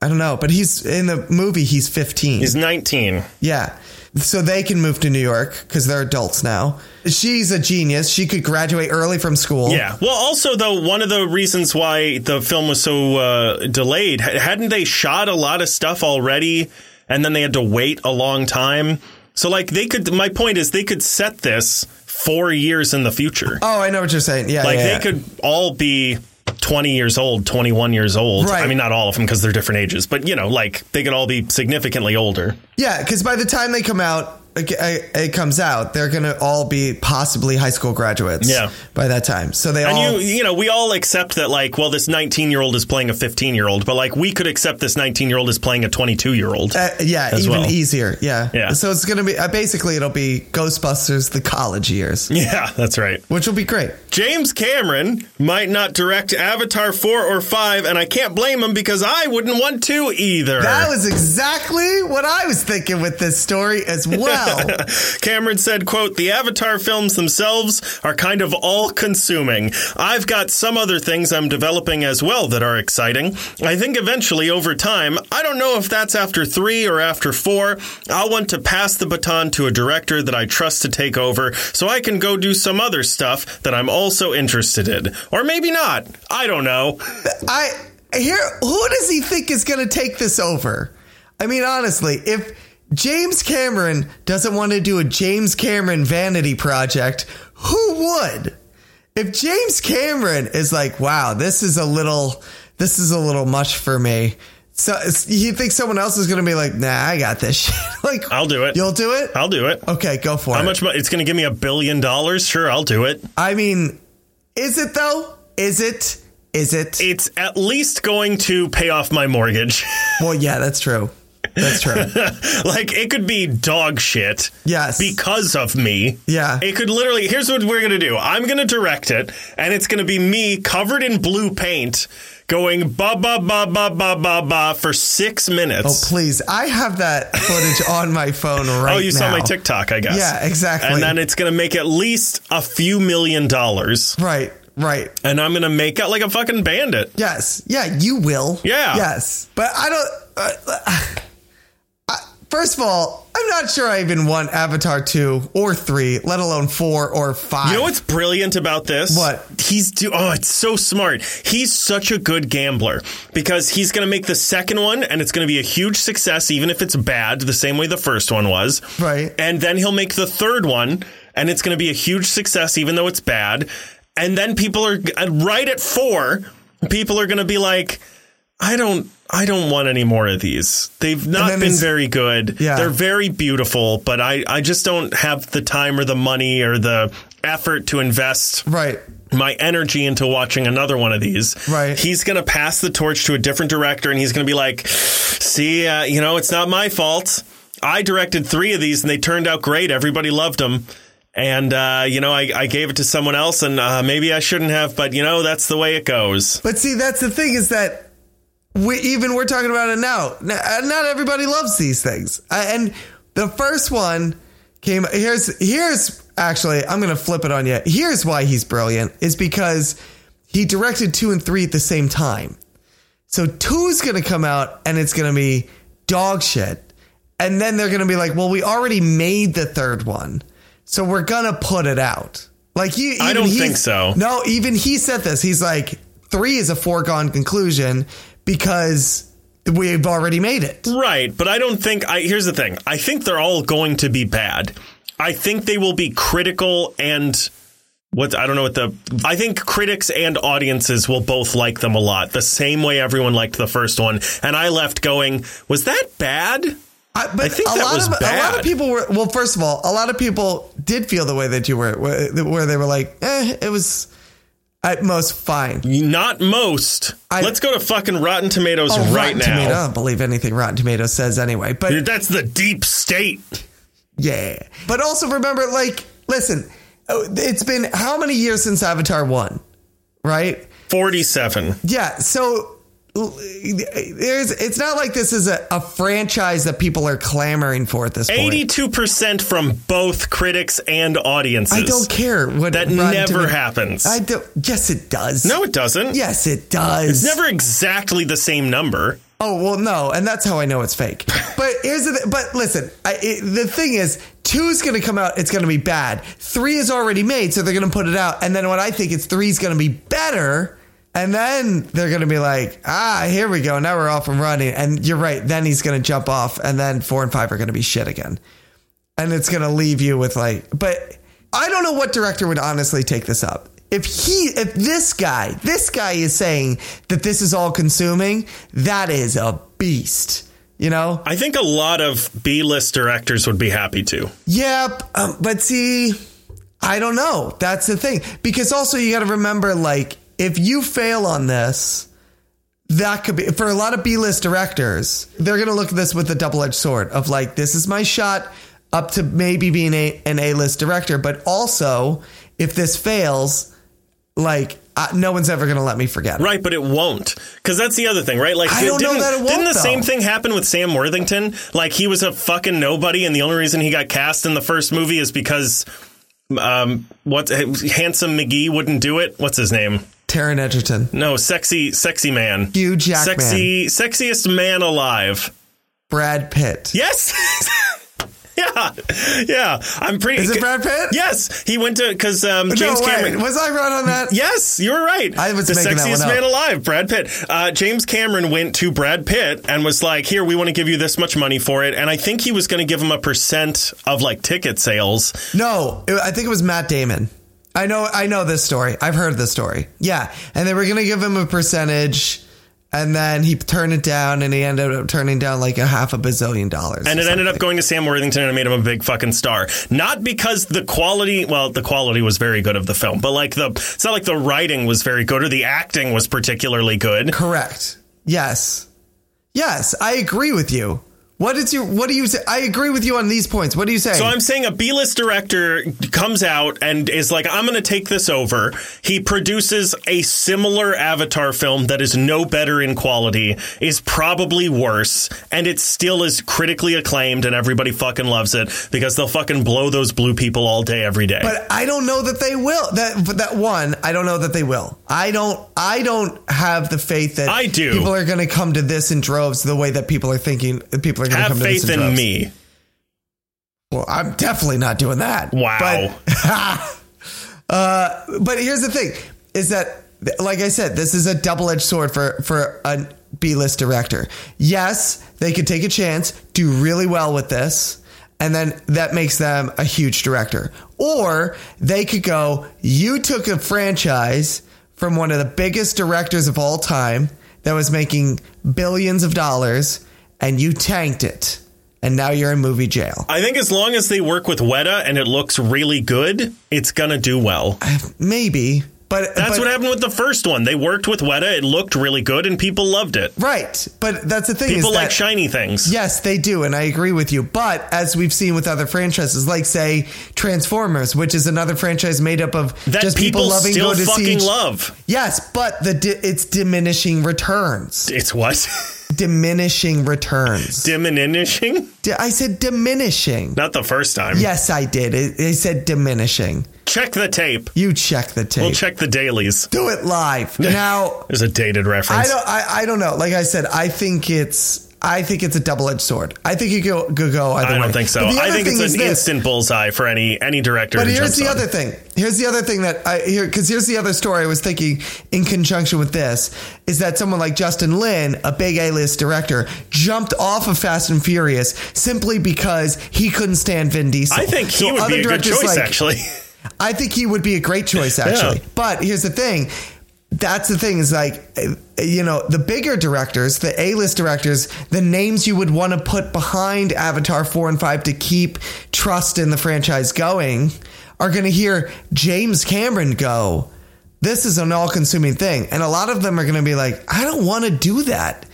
I don't know, but he's in the movie. He's 15. He's 19. yeah. So they can move to New York because they're adults now. She's a genius. She could graduate early from school. Yeah. Well, also though, one of the reasons why the film was so uh, delayed ha- hadn't they shot a lot of stuff already, and then they had to wait a long time. So, like, they could. My point is, they could set this four years in the future. Oh, I know what you're saying. Yeah. Like yeah, yeah. they could all be 20 years old, 21 years old. Right. I mean, not all of them because they're different ages, but you know, like they could all be significantly older. Yeah, because by the time they come out, it, it comes out, they're going to all be possibly high school graduates. Yeah. By that time. So they And all. e you, you know, we all accept that, like, well, this 19 year old is playing a 15 year old, but like we could accept this 19 year old is playing a 22 year old. Uh, yeah, as even well. easier. Yeah. Yeah. So it's going to be uh, basically it'll be Ghostbusters the college years, yeah, that's right. which will be great. James Cameron might not direct Avatar 4 or 5, and I can't blame him because I wouldn't want to either. That was exactly what I was thinking with this story as well. Cameron said, quote, the Avatar films themselves are kind of all consuming. I've got some other things I'm developing as well that are exciting. I think eventually over time, I don't know if that's after three or after four, I'll want to pass the baton to a director that I trust to take over so I can go do some other stuff that I'm also interested in. Or maybe not. I don't know. I here who does he think is going to take this over? I mean honestly, if James Cameron doesn't want to do a James Cameron vanity project, who would? If James Cameron is like, "Wow, this is a little this is a little much for me." So you think someone else is going to be like, "Nah, I got this shit." like I'll do it. You'll do it? I'll do it. Okay, go for How it. much? mo- It's going to give me a billion dollars. Sure, I'll do it. I mean, Is it though? Is it? Is it? It's at least going to pay off my mortgage. Well, yeah, that's true. That's true. like it could be dog shit Yes. because of me. Yeah. It could literally here's what we're gonna do. I'm gonna direct it, and it's gonna be me covered in blue paint going ba ba ba ba ba ba ba for six Oh, minutes. please. I have that footage on my phone right now. Oh, you saw my TikTok, I guess. Yeah, exactly. And then it's gonna make at least a few million dollars. Right, right. And I'm gonna make out like a fucking bandit. Yes. Yeah, you will. Yeah. Yes. But I don't. Uh, I- first of all, I'm not sure I even want Avatar 2 or 3, let alone 4 or 5. You know what's brilliant about this? What? He's do oh, it's so smart. He's such a good gambler because he's gonna make the second one and it's gonna be a huge success, even if it's bad, the same way the first one was. Right. And then he'll make the third one and it's gonna be a huge success, even though it's bad. And then people are and right at four, people are gonna be like, I don't I don't want any more of these. They've not then been it's- very good. Yeah. They're very beautiful, but I, I just don't have the time or the money or the effort to invest Right. my energy into watching another one of these. Right. He's going to pass the torch to a different director and he's going to be like, see, uh, you know, it's not my fault. I directed three of these and they turned out great. Everybody loved them. And, uh, you know, I, I gave it to someone else and uh, maybe I shouldn't have, but, you know, that's the way it goes. But see, that's the thing is that we even we're talking about it now. N- uh, Not everybody loves these things, Uh, and the first one came. Here's here's actually I'm gonna flip it on you. Here's why he's brilliant is because he directed two and three at the same time. So two's gonna come out and it's gonna be dog shit, and then they're gonna be like, well, we already made the third one, so we're gonna put it out. Like you, I even don't he- think so. no, even he said this. He's like, three is a foregone conclusion because we've already made it. Right, but I don't think I here's the thing. I think they're all going to be bad. I think they will be critical and what I don't know what the I think critics and audiences will both like them a lot. The same way everyone liked the first one and I left going, was that bad? I, but I think a that lot was of a lot bad. of people were well. First of all, a lot of people did feel the way that you were, where where they were like, eh, it was at most fine. Not most. I- Let's go to fucking Rotten Tomatoes Oh, right Rotten now. Tomato, I don't believe anything Rotten Tomatoes says anyway. But Dude, that's the deep state. Yeah. But also remember, like, listen, oh, it's been how many years since Avatar 1? Right? 47. Yeah. So l- there's, it's not like this is a, a franchise that people are clamoring for at this point. 82% from both critics and audiences. I don't care what That Rotten never Tomato- happens. I don't. Yes, it does. no, it doesn't. Yes, it does. It's never exactly the same number. Oh well, no, and that's how I know it's fake. But here's the. Th- but listen, I, it, the thing is, two is going to come out. It's going to be bad. Three is already made, so they're going to put it out. And then what I think is three is going to be better. And then they're going to be like, ah, here we go. Now we're off and running. And you're right. Then he's going to jump off, and then four and five are going to be shit again. And it's going to leave you with like, but I don't know what director would honestly take this up. If he, if this guy, this guy is saying that this is all consuming, that is a beast. You know? I think a lot of B list directors would be happy to. Yep. Um, but see, I don't know. That's the thing. Because also, you got to remember, like, if you fail on this, that could be for a lot of B list directors, they're going to look at this with a double edged sword of like, this is my shot up to maybe being a, an A list director. But also, if this fails, like, uh, no one's ever going to let me forget. it. Right, but it won't. Because that's the other thing, right? Like, I don't know didn't, that it won't, didn't the same though. thing happen with Sam Worthington? Like, he was a fucking nobody, and the only reason he got cast in the first movie is because. Um, what handsome McGee wouldn't do it? What's his name? Taron Edgerton. No, sexy, sexy man, Hugh Jackman. sexy, sexiest man alive. Brad Pitt. Yes, yeah, yeah. I'm pretty. Is it Brad Pitt? Yes, he went to because um, James no, wait, Cameron. Was I wrong on that? Yes, you were right. I was the making that sexiest one up. man alive, Brad Pitt. Uh, James Cameron went to Brad Pitt and was like, "Here, we want to give you this much money for it." And I think he was going to give him a percent of like ticket sales. No, it- I think it was Matt Damon. I know, I know this story. I've heard this story. Yeah, and they were gonna give him a percentage, And then he turned it down and he ended up turning down like a half a bazillion dollars. And or it ended up something. going to Sam Worthington and it made him a big fucking star. Not because the quality, well, the quality was very good of the film, but like the, it's not like the writing was very good or the acting was particularly good. Correct. Yes. Yes, I agree with you. What is your what do you say? I agree with you on these points. What do you say? So I'm saying a B-list director comes out and is like, I'm going to take this over. He produces a similar Avatar film that is no better in quality, is probably worse, and it still is critically acclaimed and everybody fucking loves it because they'll fucking blow those blue people all day every day. But I don't know that they will. That that one, I don't know that they will. I don't. I don't have the faith that I do. People are going to come to this in droves the way that people are thinking. that People are going to come Have to this faith in, in droves. me. Well, I'm definitely not doing that. Wow. But, uh, but here's the thing: is that, like I said, this is a double-edged sword for for a B-list director. Yes, they could take a chance, do really well with this, and then that makes them a huge director. Or they could go, you took a franchise from one of the biggest directors of all time that was making billions of dollars, and you tanked it, and now you're in movie jail. I think as long as they work with Weta and it looks really good, it's gonna do well. Maybe, but That's but- what happened with the first one. They worked with Weta, it looked really good, and people loved it. Right, but that's the thing. People is like that, shiny things. Yes, they do, and I agree with you. But as we've seen with other franchises, like say Transformers, which is another franchise made up of that just people, people, loving still go to see. fucking each- love. Yes, but the di- it's diminishing returns. It's what diminishing returns. diminishing. Di- I said diminishing. Not the first time. Yes, I did. It, it said diminishing. Check the tape. You check the tape. We'll check the dailies. do it live now. There's a dated I reference. don't. I, I don't know. Like I said, I think it's. I think it's a double-edged sword. I think you go go go either I don't way. think so. But the I other think it's thing is an this. instant bullseye for any any director. But who jumps here's the on. other thing. Here's the other thing that I here because here's the other story I was thinking in conjunction with this is that someone like Justin Lin, a big A-list director, jumped off of Fast and Furious simply because he couldn't stand Vin Diesel. I think he So would other be a good directors choice, like- actually. I think he would be a great choice, actually. Yeah. But here's the thing. That's the thing is like, eh, you know, the bigger directors, the A list directors, the names you would want to put behind Avatar 4 and 5 to keep trust in the franchise going are going to hear James Cameron go, this is an all consuming thing. And a lot of them are going to be like, I don't want to do that.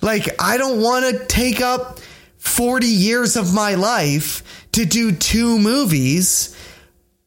Like, I don't want to take up 40 years of my life to do two movies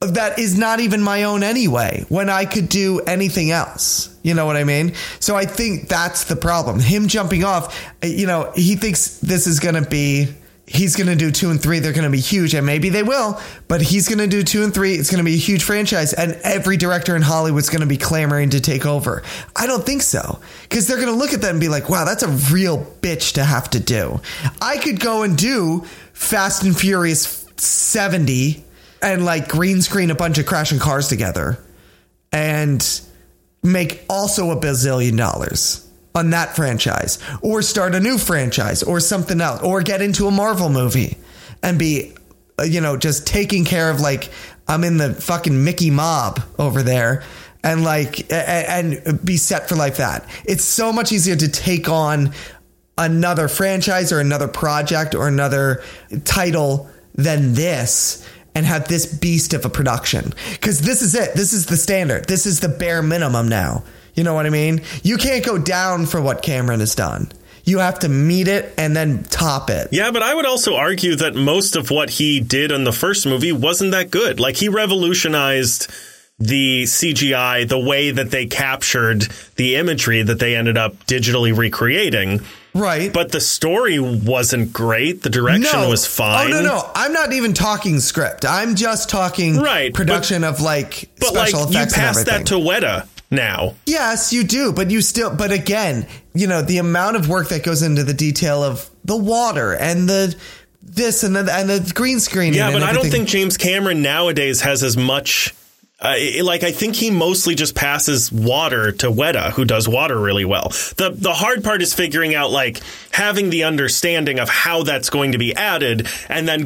that is not even my own anyway when I could do anything else. You know what I mean? So I think that's the problem. Him jumping off, uh, you know, he thinks this is going to be. He's going to do two and three. They're going to be huge, and maybe they will, but he's going to do two and three. It's going to be a huge franchise, and every director in Hollywood's going to be clamoring to take over. I don't think so, because they're going to look at that and be like, wow, that's a real bitch to have to do. I could go and do Fast and Furious 70 and like green screen a bunch of crashing cars together and make also a bazillion dollars on that franchise or start a new franchise or something else or get into a Marvel movie and be, uh, you know, just taking care of like, I'm in the fucking Mickey mob over there and like, a- a- and be set for like that. It's so much easier to take on another franchise or another project or another title than this and have this beast of a production. Because this is it. This is the standard. This is the bare minimum now. You know what I mean? You can't go down for what Cameron has done. You have to meet it and then top it. Yeah, but I would also argue that most of what he did in the first movie wasn't that good. Like he revolutionized the CGI, the way that they captured the imagery that they ended up digitally recreating. Right. But the story wasn't great. The direction was fine. Oh no, no. I'm not even talking script. I'm just talking Right, but- production of like But like special you effects and pass everything. that to Weta now. Yes, you do, but you still, but again, you know, the amount of work that goes into the detail of the water and the this and the and the green screen. Yeah, and but I don't everything. think James Cameron nowadays has as much. Uh, it- like I think he mostly just passes water to Weta, who does water really well. the The hard part is figuring out like having the understanding of how that's going to be added, and then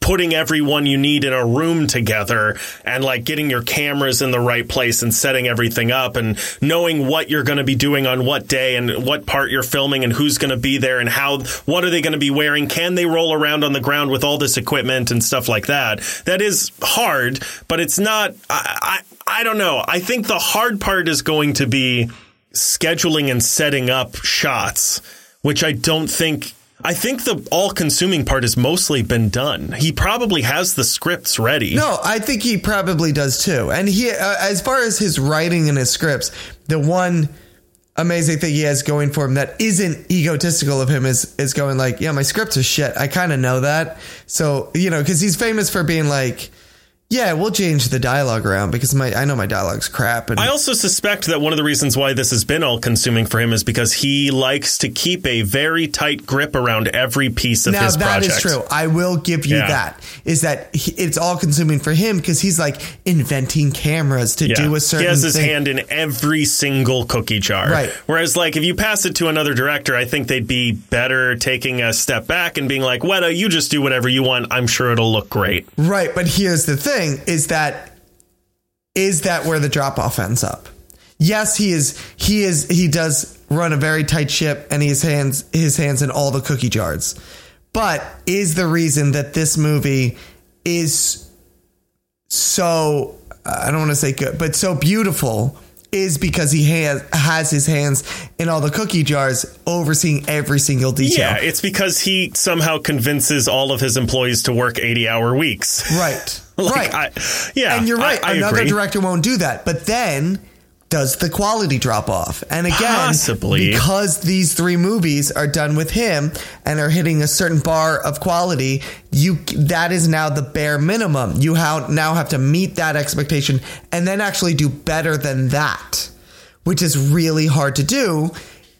putting everyone you need in a room together and like getting your cameras in the right place and setting everything up and knowing what you're going to be doing on what day and what part you're filming and who's going to be there and how what are they going to be wearing can they roll around on the ground with all this equipment and stuff like that that is hard but it's not I I, I don't know I think the hard part is going to be scheduling and setting up shots which I don't think I think the all consuming part has mostly been done. He probably has the scripts ready. No, I think he probably does too. And he, uh, as far as his writing and his scripts, the one amazing thing he has going for him that isn't egotistical of him is is going like, yeah, my scripts are shit. I kind of know that. So you know, because he's famous for being like. Yeah, we'll change the dialogue around because my I know my dialogue's crap. And I also suspect that one of the reasons why this has been all consuming for him is because he likes to keep a very tight grip around every piece of now his that project. is true. I will give you Yeah. that. Is that he, it's all consuming for him because he's like inventing cameras to Yeah. do a certain. he has his thing. hand in every single cookie jar. Right. Whereas, like, if you pass it to another director, I think they'd be better taking a step back and being like, Weta, you just do whatever you want. I'm sure it'll look great. Right, but here's the thing is that is that where the drop off ends up? Yes, he is he is he does run a very tight ship and his hands his hands in all the cookie jars. But is the reason that this movie is so I don't want to say good, but so beautiful is because he has has his hands in all the cookie jars overseeing every single detail. Yeah, it's because he somehow convinces all of his employees to work 80 hour weeks. Right. Like, right. I, yeah. and you're I- right. I another agree. director won't do that. But then does the quality drop off? And again, Possibly. because these three movies are done with him and are hitting a certain bar of quality, you that is now the bare minimum. You how, now have to meet that expectation and then actually do better than that, which is really hard to do.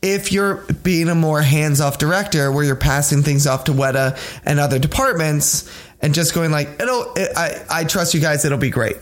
If you're being a more hands-off director, where you're passing things off to Weta and other departments, and just going like, "It'll, I, I trust you guys. It'll be great."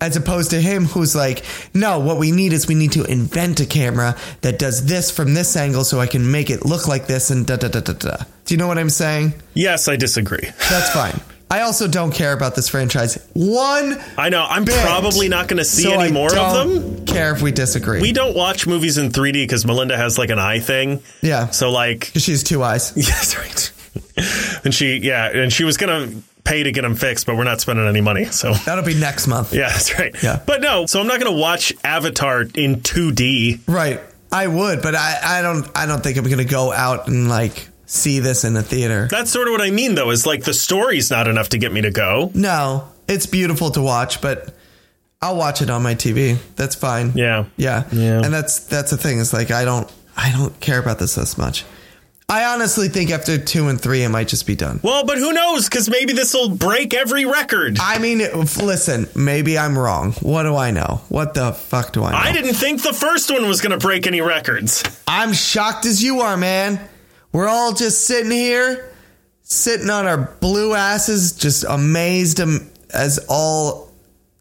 as opposed to him who's like no what we need is we need to invent a camera that does this from this angle so i can make it look like this and da da da da da do you know what i'm saying Yes, I disagree. that's fine i also don't care about this franchise one I know. I'm bit. probably not going to see so I any more of don't them. care if we disagree We don't watch movies in 3D because Melinda has like an eye thing. yeah So like, because she's two eyes yes, right. and she, yeah, and she was going to pay to get them fixed, but we're not spending any money. So that'll be next month yeah, that's right. Yeah. But no, so I'm not going to watch Avatar in 2D. right i would but i i don't i don't think i'm gonna go out and like see this in a theater That's sort of what I mean though. Is like the story's not enough to get me to go. no it's beautiful to watch but i'll watch it on my tv that's fine Yeah. Yeah. Yeah. And that's that's the thing. It's like I don't I don't care about this this much. I honestly think after two and three, it might just be done. Well, but who knows? Because maybe this will break every record. I mean, if- listen, maybe I'm wrong. What do I know? What the fuck do I know? I didn't think the first one was going to break any records. I'm shocked as you are, man. We're all just sitting here, sitting on our blue asses, just amazed am- as all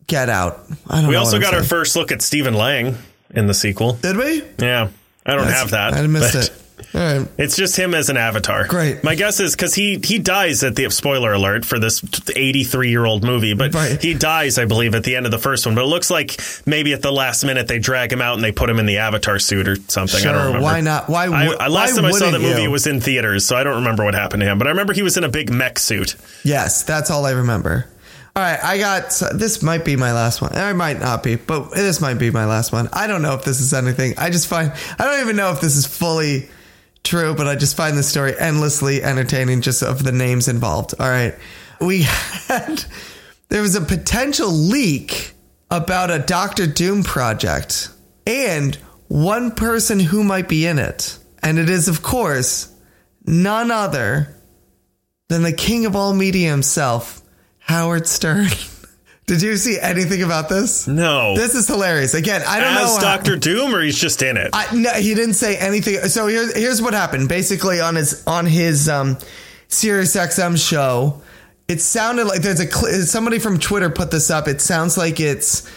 get out. I don't We know also what I'm got our saying. first look at Stephen Lang in the sequel. Did we? Yeah, I don't have that. I missed but it. All right. It's just him as an avatar. Great. My guess is because he he dies at the spoiler alert for this 83 year old movie, but Right. he dies, I believe, at the end of the first one. But it looks like maybe at the last minute they drag him out and they put him in the avatar suit or something. I don't Sure. remember. Why not? Why? I, wou- I- last why time I saw the wouldn't movie you? it was in theaters, so I don't remember what happened to him. But I remember he was in a big mech suit. Yes, that's all I remember. All right, I got so this might be my last one. I might not be, but this might be my last one. I don't know if this is anything. I just find I don't even know if this is fully true, but I just find this story endlessly entertaining just of the names involved. All right. We had there was a potential leak about a Doctor Doom project and one person who might be in it. And it is of course none other than the king of all media himself, Howard Stern. Did you see anything about this? No, This is hilarious. Again, I don't know. as how- Doctor Doom, or he's just in it. I, no, he didn't say anything. So here's here's what happened. Basically, on his on his um, Sirius XM show, it sounded like there's a cl- somebody from Twitter put this up. It sounds like it's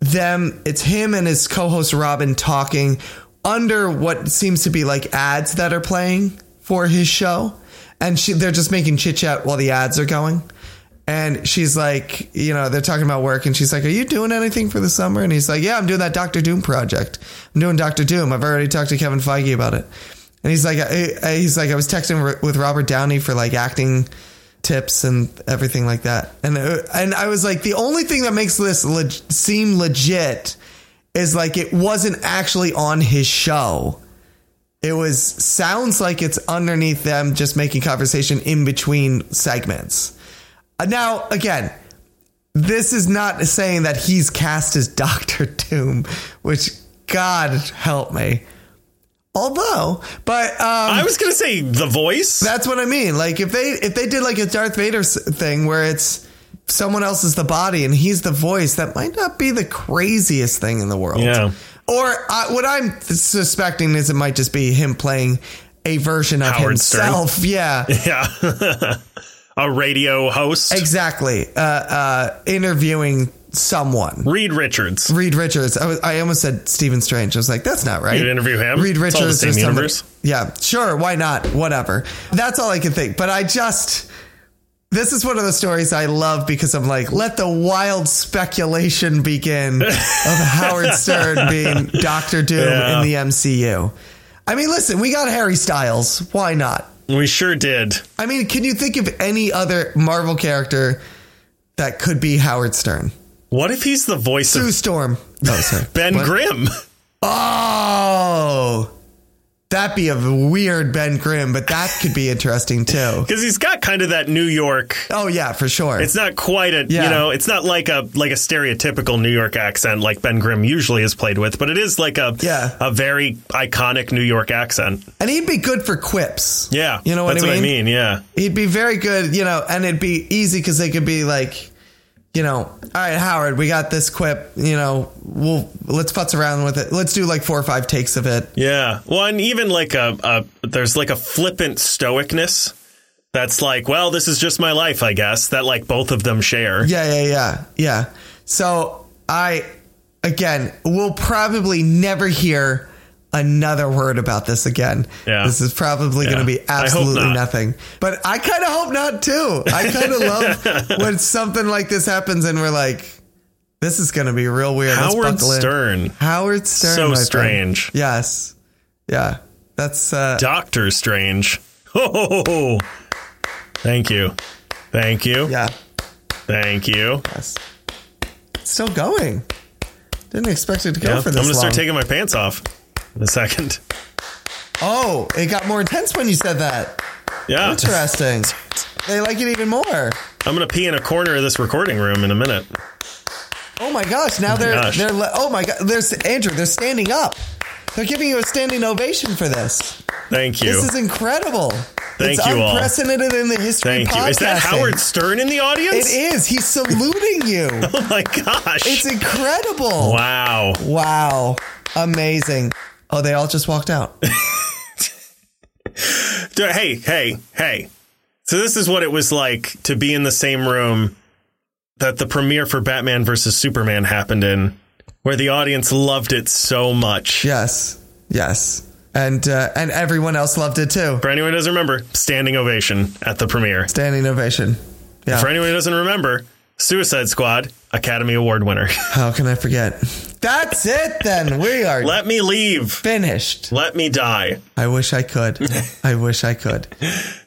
them. It's him and his co-host Robin talking under what seems to be like ads that are playing for his show, and she, they're just making chit chat while the ads are going. And she's like, you know, they're talking about work, and she's like, "Are you doing anything for the summer?" And he's like, "Yeah, I'm doing that Doctor Doom project. I'm doing Doctor Doom. I've already talked to Kevin Feige about it." And he's like, I- I- he's like, I was texting with Robert Downey for like acting tips and everything like that. And uh, and I was like, the only thing that makes this leg- seem legit is like it wasn't actually on his show. It was sounds like it's underneath them just making conversation in between segments. Uh, Now, again, this is not saying that he's cast as Doctor Doom, which God help me. Although, but um, I was gonna say the voice. that's what I mean. Like if they if they did like a Darth Vader s- thing where it's someone else is the body and he's the voice, that might not be the craziest thing in the world. Yeah. Or I, what I'm suspecting is it might just be him playing a version of Howard Stern. himself. Yeah. yeah, a radio host. Exactly. Uh, uh, interviewing someone. Reed Richards. Reed Richards. I, was, I almost said Stephen Strange. I was like, that's not right. You'd interview him? Reed It's all the Richards. same or somebody- universe. Yeah, sure. Why not? Whatever. That's all I can think. But I just. This is one of the stories I love because I'm like, let the wild speculation begin of Howard Stern being Doctor Doom Yeah. in the MCU. I mean, listen, we got Harry Styles. Why not? We sure did. I mean, can you think of any other Marvel character that could be Howard Stern? What if he's the voice Sue of Storm. Oh, sorry. Ben What? Grimm? Oh, that'd be a weird Ben Grimm, but that could be interesting too. Because he's got kind of that New York. Oh yeah, for sure. It's not quite a you Yeah. know, it's not like a like a stereotypical New York accent like Ben Grimm usually is played with, but it is like a Yeah. a very iconic New York accent. and he'd be good for quips. Yeah, you know what that's I mean. what I mean. Yeah, He'd be very good, you know, and it'd be easy because they could be like, you know, all right, Howard, we got this quip. You know, we'll let's putz around with it. Let's do like four or five takes of it. yeah. Well, and even like a, a there's like a flippant stoicness that's like, well, this is just my life, I guess. That like both of them share. Yeah, yeah, yeah, yeah. So I, again, will probably never hear another word about this again. Yeah. This is probably Yeah. going to I be hope absolutely not. nothing. But I kind of hope not too. I kind of love when something like this happens and we're like, this is going to be real weird. Let's Howard buckle in. Stern, Howard Stern. So my friend. strange. Yes. Yeah. That's uh, Doctor Strange. Oh, thank you, thank you, yeah. thank you. Yes. It's still going. Didn't expect it to go Yeah, I'm for gonna this long. start taking my pants off in a second. Oh, it got more intense when you said that. Yeah, Interesting. They like it even more. I'm gonna pee in a corner of this recording room in a minute. Oh my gosh! Now they're gosh. they're le- oh my god! There's Andrew. They're standing up. They're giving you a standing ovation for this. Thank you, This is incredible. Thank it's you all. unprecedented in the history thank of you. Is that podcasting. Howard Stern in the It audience? is. He's saluting you. Oh my gosh! It's incredible. wow. Wow. Amazing. Oh, they all just walked out. Dude, Hey, hey, hey. So this is what it was like to be in the same room that the premiere for Batman versus Superman happened in, where the audience loved it so much. Yes. Yes. And uh, and everyone else loved it too. For anyone who doesn't remember, standing ovation at the premiere. Standing ovation. Yeah. For anyone who doesn't remember, Suicide Squad, Academy Award winner. How can I forget? That's it then. We are Let me leave. finished. Let me die. I wish I could. I wish I could.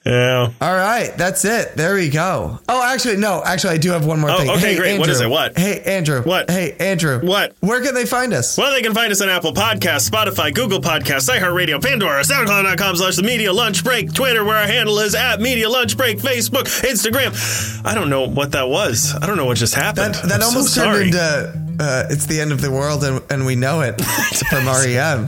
Yeah. All right, that's it. There we go. Oh, actually, no, actually, I do have one more thing. Oh, okay, great. What is it? What? Hey, Andrew. What? Hey, Andrew. What? Where can they find us? Well, they can find us on Apple Podcasts, Spotify, Google Podcasts, iHeartRadio, Pandora, SoundCloud.com slash The Media Lunch Break, Twitter, where our handle is at Media Lunch Break, Facebook, Instagram. I don't know what that was. I don't know what just happened. I'm That so almost sorry. turned into uh, it's the end of the world and, and we know it from E REM.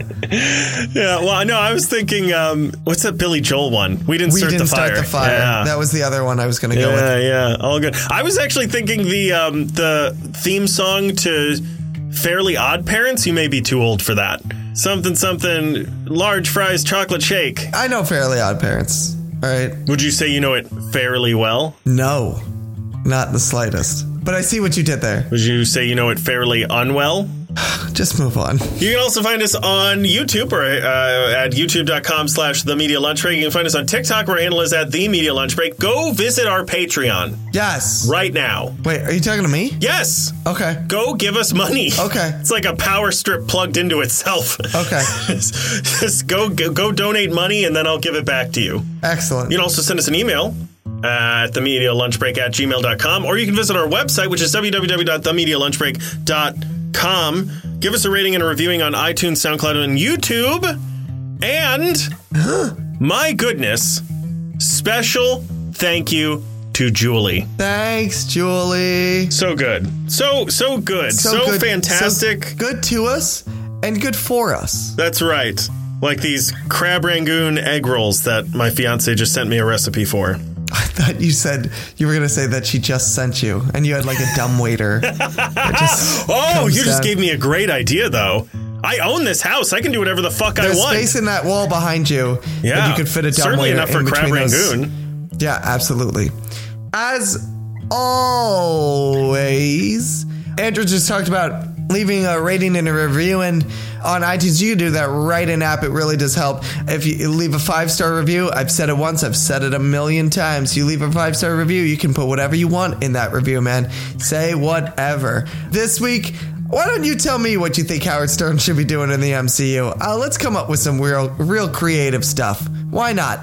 Yeah, well, no, I was thinking, um, what's that Billy Joel one? We didn't We start didn't the fire. start the fire. Yeah. That was the other one I was going to go with. yeah, yeah, all good. I was actually thinking the um, the theme song to Fairly Odd Parents. You may be too old for that. Something, something, large fries, chocolate shake. I know Fairly Odd Parents. All right. Would you say you know it fairly well? No, not the slightest. But I see what you did there. Would you say you know it fairly unwell? Just move on. You can also find us on YouTube or uh, at youtube.com slash the media lunch break. You can find us on TikTok where handle is at the media lunch break. Go visit our Patreon Yes. right now. Wait, are you talking to me? Yes. Okay. Go give us money. Okay. It's like a power strip plugged into itself. Okay. Just go, go go donate money and then I'll give it back to you. Excellent. You can also send us an email at themedialunchbreak at gmail.com or you can visit our website, which is www.themedialunchbreak.com. Give us a rating and a reviewing on iTunes, SoundCloud, and YouTube. And my goodness, special thank you to Julie. Thanks, Julie. So good. So, so good. So, good- fantastic. so good to us and good for us. That's right. Like these crab rangoon egg rolls that my fiance just sent me a recipe for. I thought you said you were going to say that she just sent you and you had like a dumb waiter. that just Oh, comes you just down. gave me a great idea, though. I own this house. I can do whatever the fuck I There's want. space in that wall behind you yeah, that you could fit a dumb certainly waiter enough for in Crab between those- Rangoon. Yeah, absolutely. As always, Andrew just talked about leaving a rating and a review, and on iTunes, you can do that right in app. It really does help. If you leave a five star review, I've said it once, I've said it a million times. You leave a five star review, you can put whatever you want in that review, man. Say whatever. This week, why don't you tell me what you think Howard Stern should be doing in the MCU? Uh, let's come up with some real, real creative stuff. Why not?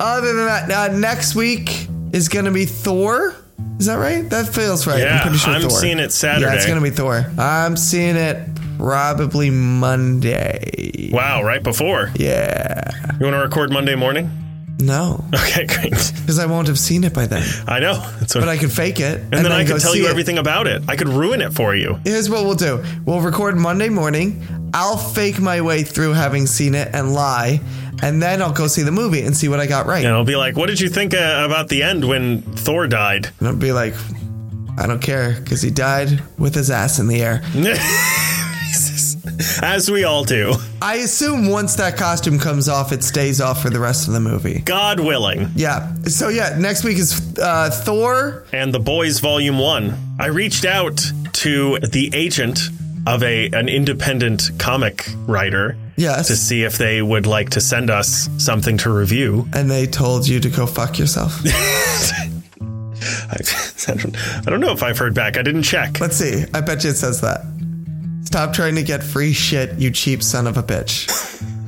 Other than that, uh, next week is going to be Thor. Is that right? That feels right. Yeah, I'm pretty sure I'm Thor. seeing it Saturday. Yeah, it's going to be Thor. I'm seeing it probably Monday. Wow, right before. Yeah. You want to record Monday morning? No, Okay, great. because I won't have seen it by then. I know. That's what, But I could fake it. and, then, I go could tell see you it. everything about it. I could ruin it for you. Here's what we'll do we'll record Monday morning. I'll fake my way through having seen it and lie. And then I'll go see the movie and see what I got right. And I'll be like, what did you think uh, about the end when Thor died? And I'll be like, I don't care because he died with his ass in the air. Jesus. As we all do. I assume once that costume comes off, it stays off for the rest of the movie. God willing. Yeah. So yeah, next week is uh, Thor. and The Boys Volume 1. I reached out to the agent of a an independent comic writer Yes. to see if they would like to send us something to review. and they told you to go fuck yourself. I, I don't- I don't know if I've heard back. I didn't check. Let's see. I bet you it says that. Stop trying to get free shit, you cheap son of a bitch.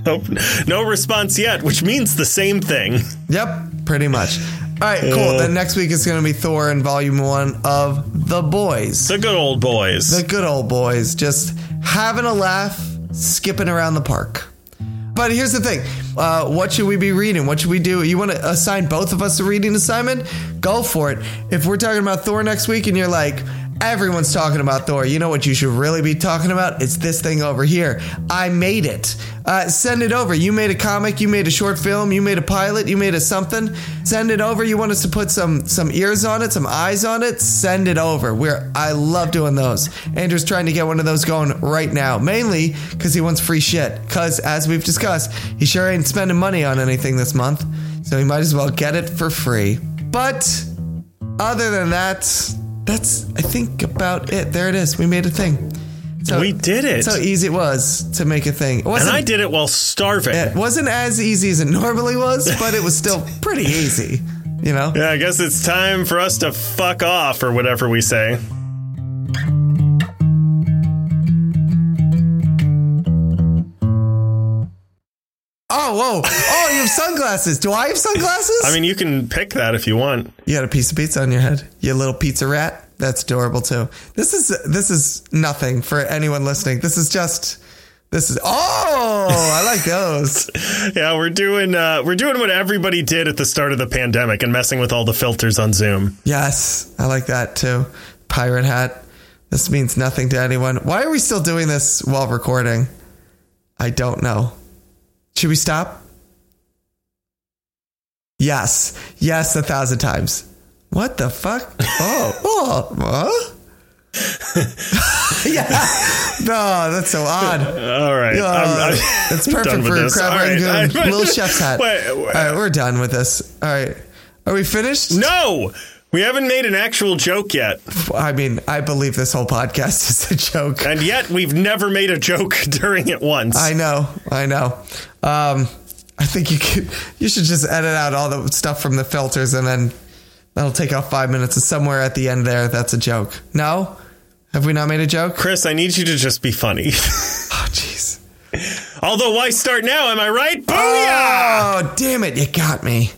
Nope. No response yet, which means the same thing. Yep, pretty much. All right, cool. Then next week is going to be Thor in Volume One of The Boys. The good old boys. The good old boys, just having a laugh, skipping around the park. But here's the thing uh, what should we be reading? What should we do? You want to assign both of us a reading assignment? Go for it. If we're talking about Thor next week and you're like, everyone's talking about Thor, you know what you should really be talking about? It's this thing over here. I made it. Uh, send it over. You made a comic, you made a short film, you made a pilot, you made a something. Send it over. You want us to put some some ears on it, some eyes on it? Send it over. We're I love doing those. Andrew's trying to get one of those going right now, mainly because he wants free shit. Because as we've discussed, he sure ain't spending money on anything this month, so he might as well get it for free. But other than that, that's I think about it. There it is. We made a thing. So, we did it. That's how easy it was to make a thing. It and wasn't I did it while starving. it wasn't as easy as it normally was, but it was still pretty easy. You know? Yeah, I guess it's time for us to fuck off or whatever we say. Oh, whoa. Oh, you have sunglasses. Do I have sunglasses? I mean, you can pick that if you want. you got a piece of pizza on your head. You little pizza rat. That's adorable too. This is this is nothing for anyone listening. This is just this is Oh, I like those. Yeah, we're doing uh, we're doing what everybody did at the start of the pandemic and messing with all the filters on Zoom. yes, I like that too. Pirate hat. This means nothing to anyone. Why are we still doing this while recording? I don't know. Should we stop? Yes. Yes, a thousand times. What the fuck? Oh, oh, huh? yeah. No, that's so odd. All right, Um, Uh, I'm- I'm it's done perfect with for this. crab All right, rangoon. I'm- Little chef's hat. Wait, wait. All right, we're done with this. All right. Are we finished? No, We haven't made an actual joke yet, I mean, I believe this whole podcast is a joke. and yet we've never made a joke during it once. I know, I know. Um, I think you could, you should just edit out all the stuff from the filters, and then that'll take off five minutes. And somewhere at the end there, that's a joke. No, have we not made a joke? Chris, I need you to just be funny. Oh, jeez. Ah! Although, why start now? Am I right? Booyah! Oh, damn it! You got me.